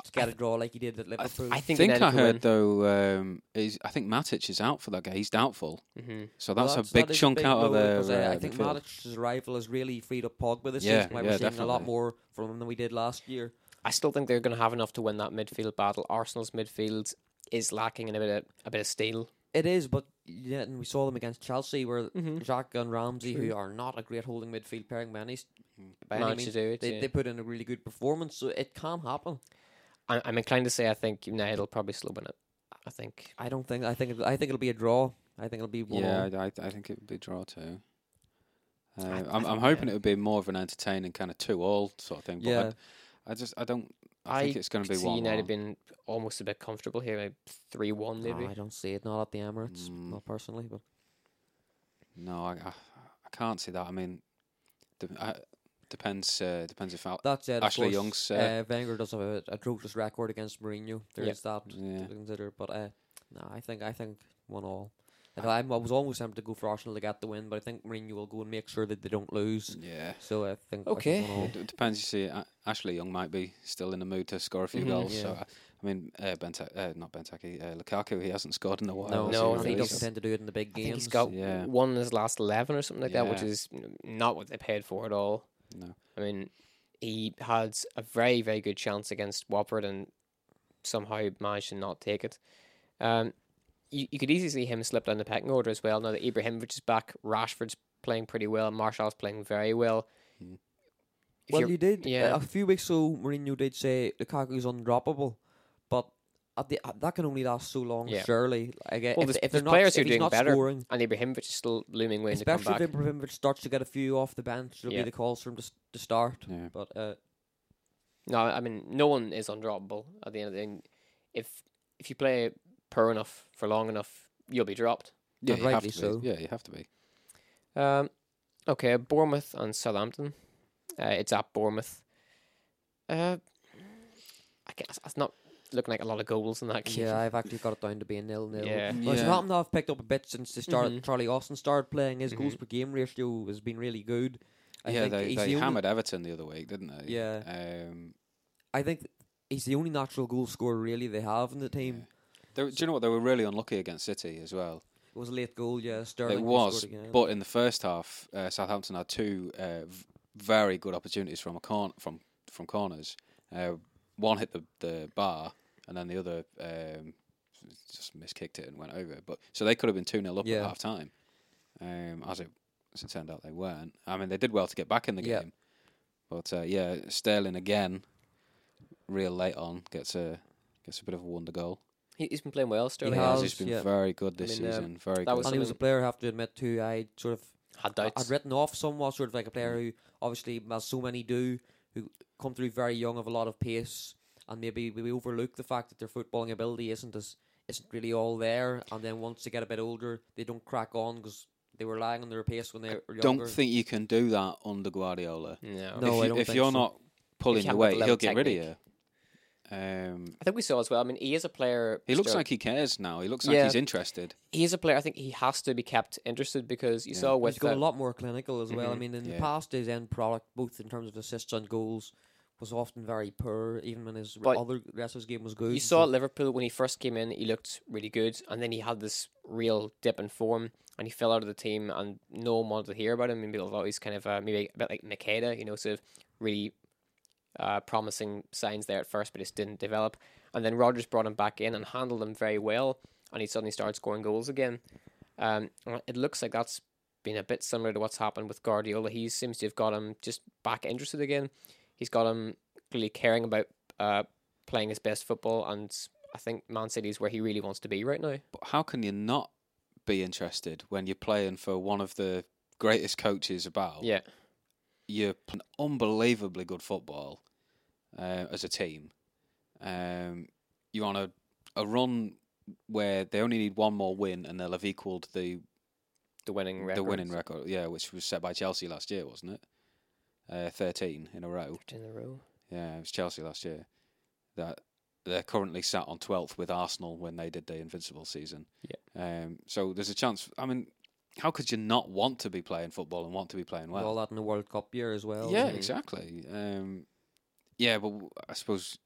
C: to get a draw like he did at
B: th-
C: Liverpool.
A: I think,
B: think
A: United
B: I
A: can
B: heard
A: win.
B: though. Um, is I think Matic is out for that guy. He's doubtful,
A: Mm-hmm.
B: so
C: Well,
B: that's, a big
C: that is
B: chunk out of
C: blow
B: their.
C: because, uh,
B: uh,
C: I think
B: midfield.
C: Matic's arrival has really freed up Pogba this
B: Yeah,
C: season. Why
B: yeah,
C: we're seeing a lot
B: definitely.
C: more from him than we did last year.
A: I still think they're going to have enough to win that midfield battle. Arsenal's midfield is lacking in a bit of a bit of steel.
C: It is, but yeah, and we saw them against Chelsea where
A: Mm-hmm.
C: Jacques and Ramsey, who are not a great holding midfield pairing, by any, s- by any
A: Managed to
C: means,
A: do it.
C: they,
A: yeah.
C: they put in a really good performance. So it can happen.
A: I, I'm inclined to say I think United will probably still win it. I think
C: I don't think. I think. it- I think it'll be a draw. I think it'll be one.
B: Yeah,
C: all.
B: I, I, I think it would be draw too. Uh,
A: I- I
B: I'm, I'm
A: think,
B: hoping
A: yeah.
B: it would be more of an entertaining kind of two all sort of thing. But I-
C: yeah.
B: I, just I don't. I, think
A: I
B: it's going to
A: could
B: be
A: see
B: one.
A: United being almost a bit comfortable here, maybe three one
C: No,
A: maybe.
C: I don't see it. Not at the Emirates.
B: Mm.
C: Not personally, but
B: No, I, I I can't see that. I mean, de- I, depends uh, depends if Al-
C: that said, of
B: Ashley
C: course,
B: Young's,
C: uh,
B: uh,
C: Wenger does have a atrocious record against Mourinho. There
A: Yeah.
C: is that
B: Yeah.
C: to consider. But uh, no, I think I think one all. If I'm, I was almost tempted to go for Arsenal to get the win, but I think Mourinho will go and make sure that they don't lose.
B: yeah.
C: So I think I think
A: Okay.
C: one all.
B: It d- depends. You see, A- Ashley Young might be still in the mood to score a few
A: Mhm.
B: goals. So,
C: Mm-hmm. Yeah.
B: I, I mean, uh, Benta- uh, not Bentaki, uh, Lukaku. He hasn't scored in a while.
C: No,
B: has
A: No, I
B: he,
C: and
A: think
C: he
B: really?
C: doesn't
B: So-
C: tend to do it in the big
A: I
C: games.
A: think he's got
B: Yeah.
A: one in his last eleven or something like that, which
B: Yeah.
A: is n- not what they paid for at all.
B: No.
A: I mean, he had a very, very good chance against Watford and somehow managed to not take it. Um, you, you could easily see him slip down the pecking order as well. Now that Ibrahimovic is back, Rashford's playing pretty well, Marshall's playing very well.
B: Mhm.
A: If
C: Well,
A: you're-
C: you did.
A: yeah.
C: Yeah. A few weeks ago, Mourinho did say Lukaku's undroppable, but at the, uh, that can only last so long,
A: Yeah.
C: surely.
A: Well,
C: Like, uh, if,
A: there's-
C: if
A: there's
C: they're not,
A: players
C: if
A: who are
C: he's
A: doing
C: not
A: better
C: scoring,
A: and Ibrahimovic is still looming waiting to come
C: especially
A: back.
C: if Ibrahimovic starts to get a few off the bench, it'll
A: Yeah.
C: be the calls for him to, s- to start.
B: Yeah.
C: But uh,
A: No, I mean no one is undroppable at the end of the day. If if you play poor enough for long enough, you'll be dropped.
B: Yeah,
C: And
B: you have
C: rightly
B: to
C: so.
B: be. Yeah, you have to be.
A: Um, okay, Bournemouth and Southampton. Uh, it's at Bournemouth. Uh, I guess it's not looking like a lot of goals in that game.
C: yeah, I've actually got it down to being nil nil.
A: Yeah.
C: Well,
B: Yeah.
C: Southampton have picked up a bit since they started.
A: Mhm.
C: Charlie Austin started playing. His goals
A: Mhm.
C: per game ratio has been really good. I
B: yeah,
C: think
B: they,
C: he's
B: they
C: the only-
B: hammered Everton the other week, didn't they?
C: Yeah.
B: Um,
C: I think he's the only natural goal scorer really they have in the team.
B: Yeah. they were- do you know what? They were really unlucky against City as well.
C: It was a late goal, yeah. Sterling
B: it
C: who
B: was,
C: scored again.
B: but in the first half, uh, Southampton had two uh, v- very good opportunities from a corn- from from corners. Uh, one hit the, the bar, and then the other um, just miskicked it and went over. But so they could have been two 0 up at
C: Yeah.
B: half time. Um, as it as it turned out, they weren't. I mean, they did well to get back in the
C: Yeah.
B: game, but uh, yeah, Sterling again, real late on gets a gets a bit of a wonder goal.
A: he, he's been playing well. Sterling
C: He
A: has,
C: has,
B: he's been
C: yeah.
B: very good this
A: mean, um,
B: season. very
A: that
B: good.
A: was
C: and he was a
A: something-
C: player I have to admit too. I sort of
A: had
C: I-
A: doubts.
C: I'd written off somewhat, sort of like a
B: Mm.
C: player who obviously, as so many do, who come through very young of a lot of pace, and maybe we overlook the fact that their footballing ability isn't as isn't really all there. And then once they get a bit older, they don't crack on because they were relying on their pace when they were younger.
B: don't think you can do that under Guardiola.
A: no.
C: No.
B: if
C: I
B: you,
C: don't
B: if
C: think
B: you're
C: so.
B: not pulling
A: can't put the
B: the weight,
A: level
B: he'll get rid
A: technique.
B: of you. Um,
A: I think we saw as well. I mean, he is a player.
B: he looks
A: Sterling-
B: like he cares now. He looks like
A: Yeah.
B: he's interested.
A: he is a player. I think he has to be kept interested because you
B: Yeah.
A: saw
C: He's
A: with
C: got
A: uh,
C: a lot more clinical as well. I
A: Mhm.
C: mean, in
B: Yeah.
C: the past, his end product, both in terms of assists and goals, was often very poor. Even when his
A: But
C: other rest of his game was good.
A: You
C: and
A: saw
C: stuff.
A: at Liverpool when he first came in, he looked really good, and then he had this real dip in form, and he fell out of the team, and no one wanted to hear about him. And people thought he's kind of uh, maybe a bit like Makeda, you know, sort of really uh, promising signs there at first, but it just didn't develop. And then Rodgers brought him back in and handled him very well, and he suddenly started scoring goals again. Um, and it looks like that's been a bit similar to what's happened with Guardiola. He seems to have got him just back interested again. He's got him really caring about uh, playing his best football, and I think Man City is where he really wants to be right now.
B: But how can you not be interested when you're playing for one of the greatest coaches about?
A: Yeah,
B: You're playing unbelievably good football uh, as a team. Um, you're on a, a run where they only need one more win and they'll have equalled the
A: the winning record.
B: the winning record, yeah, which was set by Chelsea last year, wasn't it? Uh, Thirteen in a row.
A: in a row.
B: Yeah, it was Chelsea last year. That they're currently sat on twelfth with Arsenal when they did the invincible season.
A: Yeah.
B: Um. So there's a chance. I mean, how could you not want to be playing football and want to be playing
C: with
B: well?
C: all that in the World Cup year as well.
B: yeah,
C: Mhm.
B: exactly. Um, yeah, but w- I suppose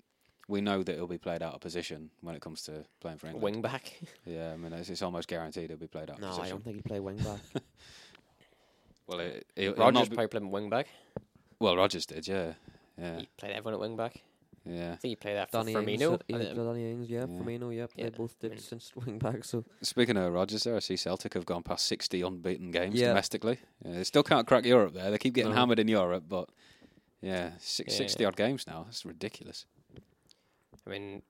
B: we know that he'll be played out of position when it comes to playing for England.
A: Wing back.
B: Yeah, I mean it's, it's almost guaranteed he'll be played out. of
C: No,
B: position.
C: I don't think he'd play wing back.
B: Well, it, he'll, he'll
A: Rogers
B: not be-
A: probably played him wing back.
B: well, Rogers did. Yeah, yeah,
A: He played everyone at wing back.
B: yeah.
A: I think he played that for
C: Danny Ings,
A: Firmino.
C: did- yeah,
A: and then-
C: Danny Ings, yeah,
B: Yeah.
C: Firmino, yep,
A: Yeah,
C: they both did
A: mean-
C: since wing back. So
B: Speaking of Rogers, there I see Celtic have gone past sixty unbeaten games
C: Yeah.
B: domestically. Yeah, they still can't crack Europe. There, they keep getting
A: No.
B: hammered in Europe, but yeah, six,
A: Yeah.
B: sixty odd games now. That's ridiculous.
A: I mean,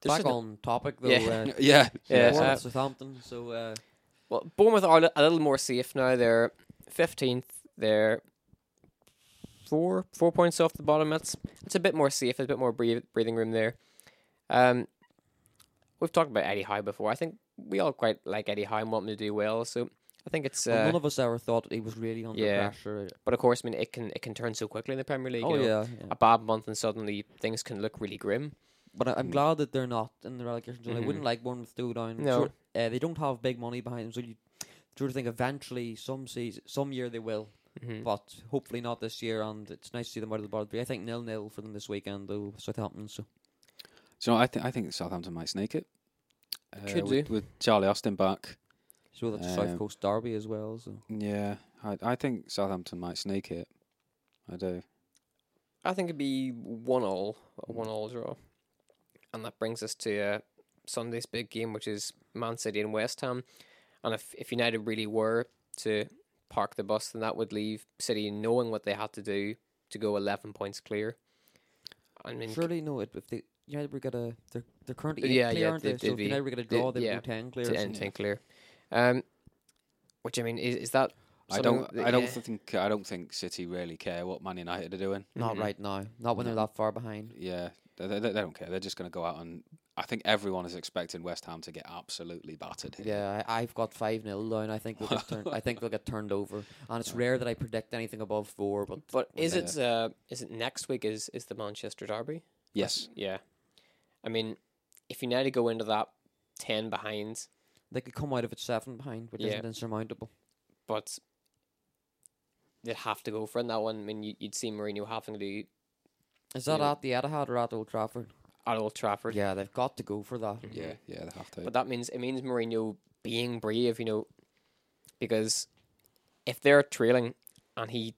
A: this
C: back
A: isn't-
C: on topic though.
A: Yeah.
C: Uh,
B: Yeah,
A: Yeah,
C: Bournemouth,
A: uh,
C: Southampton. So uh,
A: Well, Bournemouth are li- a little more safe now. They're fifteenth. They're four four points off the bottom. That's it's a bit more safe. There's a bit more breathe, breathing room there. Um, we've talked about Eddie Howe before. I think we all quite like Eddie Howe and want him to do well. So I think it's.
C: well,
A: Uh,
C: none of us ever thought he was really under
A: yeah.
C: pressure.
A: but of course, I mean, it can it can turn so quickly in the Premier League.
C: Oh
A: you know.
C: yeah, yeah.
A: A bad month and suddenly things can look really grim.
C: but I, I'm
B: Mm.
C: glad that they're not in the relegation zone. I
A: Mhm.
C: wouldn't like Bournemouth to go down.
A: No.
C: Sure, uh, they don't have big money behind them, so you sort of think eventually some season, some year they will,
A: Mhm.
C: but hopefully not this year. And it's nice to see them out of the bottom three. I think nil nil for them this weekend though. Southampton. So
B: So I think I think Southampton might sneak it. Uh,
A: Could
B: with,
A: do.
B: with Charlie Austin back.
C: so that's
B: Um,
C: South Coast Derby as well. So
B: Yeah, I I think Southampton might sneak it. I do.
A: I think it'd be one all, a one all draw, and that brings us to uh, Sunday's big game, which is Man City and West Ham. And if if United really were to park the bus, then that would leave City knowing what they had to do to go eleven points clear. I mean,
C: surely no. It, if they United were gonna, they're they're currently
A: Yeah,
C: eight clear,
A: yeah,
C: aren't
A: they-
C: they?
A: they'd
C: So if
A: be-
C: United were gonna draw, they'd
A: yeah,
C: be ten clear.
A: to
C: so-
A: end thing clear, um, which I mean is is that
B: I
A: something
B: don't.
A: that-
B: I don't
A: yeah.
B: think. I don't think City really care what Man United are doing.
C: Not
A: Mhm.
C: right now. Not when they're that far behind.
B: Yeah, they, they, they don't care. They're just going to go out and. I think everyone is expecting West Ham to get absolutely battered. here.
C: Yeah, I, I've got five 0 down. I think they'll get turned. I think they'll get turned over. And it's rare that I predict anything above four. But
A: But is
B: Yeah.
A: it uh, is it next week? Is is the Manchester derby?
B: Yes.
A: Yeah, I mean, if United go into that ten behind,
C: they could come out of it seven behind, which
A: Yeah.
C: isn't insurmountable.
A: but they'd have to go for it in that one. I mean, you- you'd see Mourinho having to do
C: Is that
A: Yeah.
C: at the Etihad or at Old Trafford?
A: at Old Trafford.
C: Yeah, they've got to go for that.
A: Mm-hmm.
B: Yeah. Yeah. They have to.
A: But that means it means Mourinho being brave, you know, because if they're trailing and he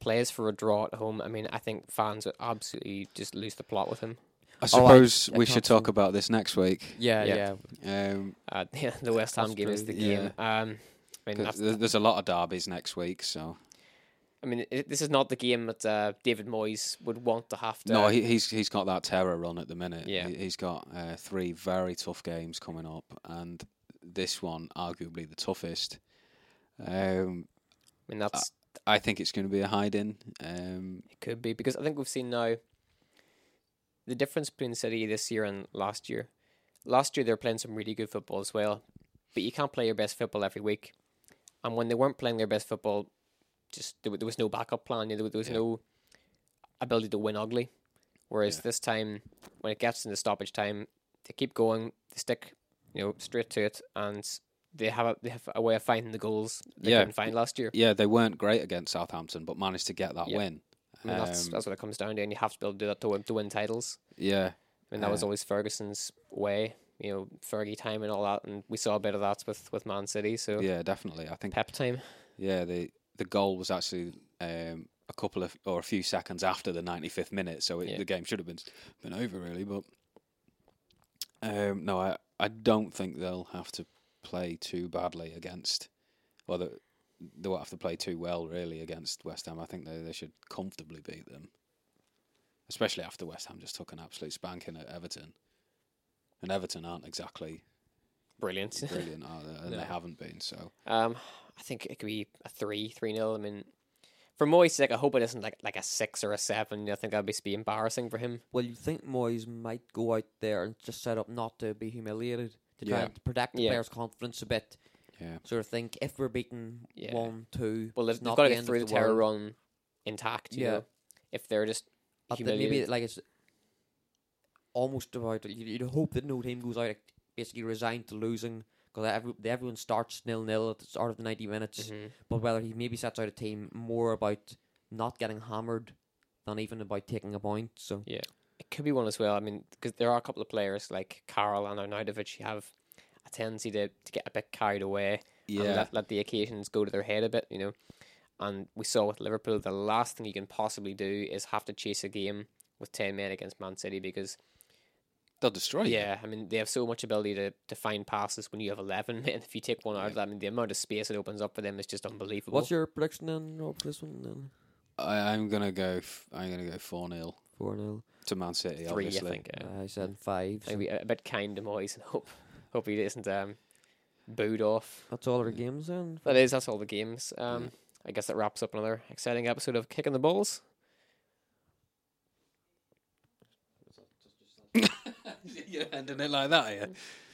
A: plays for a draw at home, I mean, I think fans would absolutely just lose the plot with him.
B: I
C: Oh, I-
B: suppose
C: I
B: we
C: can't
B: should talk
C: see.
B: about this next week.
C: Yeah,
A: Yeah.
C: yeah.
B: Um,
A: Uh, yeah, the West Ham
C: That's
A: game is the
C: true,
A: game. Um, I mean,
B: 'cause
A: that's,
B: there- there's a lot of derbies next week, so
A: I mean, i this is not the game that uh, David Moyes would want to have to.
B: no, he, he's he's got that terror run at the minute.
A: Yeah.
B: he, he's got uh, three very tough games coming up, and this one arguably the toughest. Um,
A: I mean, that's
B: I think it's going to be a hide in. Um,
A: It could be because I think we've seen now the difference between City this year and last year. Last year they were playing some really good football as well, but you can't play your best football every week. And when they weren't playing their best football, just there, wa- there was no backup plan. You know, there, wa- there was
B: Yeah.
A: no ability to win ugly. Whereas
B: Yeah.
A: this time, when it gets into stoppage time, they keep going. They stick, you know, straight to it, and they have a they have a way of finding the goals they
B: Yeah.
A: couldn't find last year.
B: yeah, they weren't great against Southampton, but managed to get that
A: Yeah.
B: win.
A: I mean, that's
B: Um,
A: that's what it comes down to, and you have to be able to do that to win, to win titles.
B: yeah,
A: I mean, that was
B: Yeah.
A: always Ferguson's way, you know, Fergie time and all that. And we saw a bit of that with, with Man City. So
B: yeah, definitely. I think
A: Pep time.
B: Yeah, the the goal was actually um, a couple of or a few seconds after the 95th minute, so it,
A: Yeah.
B: the game should have been been over really. But um, no, I I don't think they'll have to play too badly against, or they, they won't have to play too well really against West Ham. I think they they should comfortably beat them, especially after West Ham just took an absolute spanking at Everton. And Everton aren't exactly
A: Brilliant.
B: brilliant, are they? And
A: No.
B: they haven't been. So
A: um, I think it could be a three, three nil. I mean, for Moyes' sake, I hope it isn't like like a six or a seven. I think that'd just be embarrassing for him.
C: Well, you think Moyes might go out there and just set up not to be humiliated to try
B: Yeah.
C: and protect the
A: Yeah.
C: players' confidence a bit.
B: yeah,
C: Sort of think if we're beaten
A: Yeah.
C: one, two,
A: Well,
C: it's
A: they've, they've
C: not
A: got to
C: the
A: get
C: end
A: through
C: of
A: the
C: the
A: terror
C: world.
A: run intact. You
C: Yeah.
A: know? If they're just
C: I think
A: humiliated.
C: maybe like it's almost about you- you'd hope that no team goes out like, basically resigned to losing 'cause because every, everyone starts nil nil at the start of the ninety minutes.
A: Mhm.
C: But whether he maybe sets out a team more about not getting hammered than even about taking a point. So
A: It could be one as well. I mean, because there are a couple of players like Carroll and Arnautovic who have a tendency to, to get a bit carried away and
B: Yeah,
A: let, let the occasions go to their head a bit, you know. And we saw with Liverpool, the last thing you can possibly do is have to chase a game with 10 men against Man City because
B: they'll destroy you.
A: Yeah, I mean, they have so much ability to, to find passes when you have 11. And if you take one out of that, I mean, the amount of space it opens up for them is just unbelievable.
C: what's your prediction then Rob, for this one? Then
B: I, I'm gonna go. F- I'm gonna go four 0
C: four 0
B: to Man City.
A: Three,
B: obviously,
A: I think. Yeah.
C: I said five.
A: I'd
C: so
A: be a, a bit kind to Moyes and hope, hope he isn't um, booed off.
C: that's all our games then.
A: That is, that's all the games. Um, I guess that wraps up another exciting episode of Kicking the Balls.
B: You're ending it like that, yeah.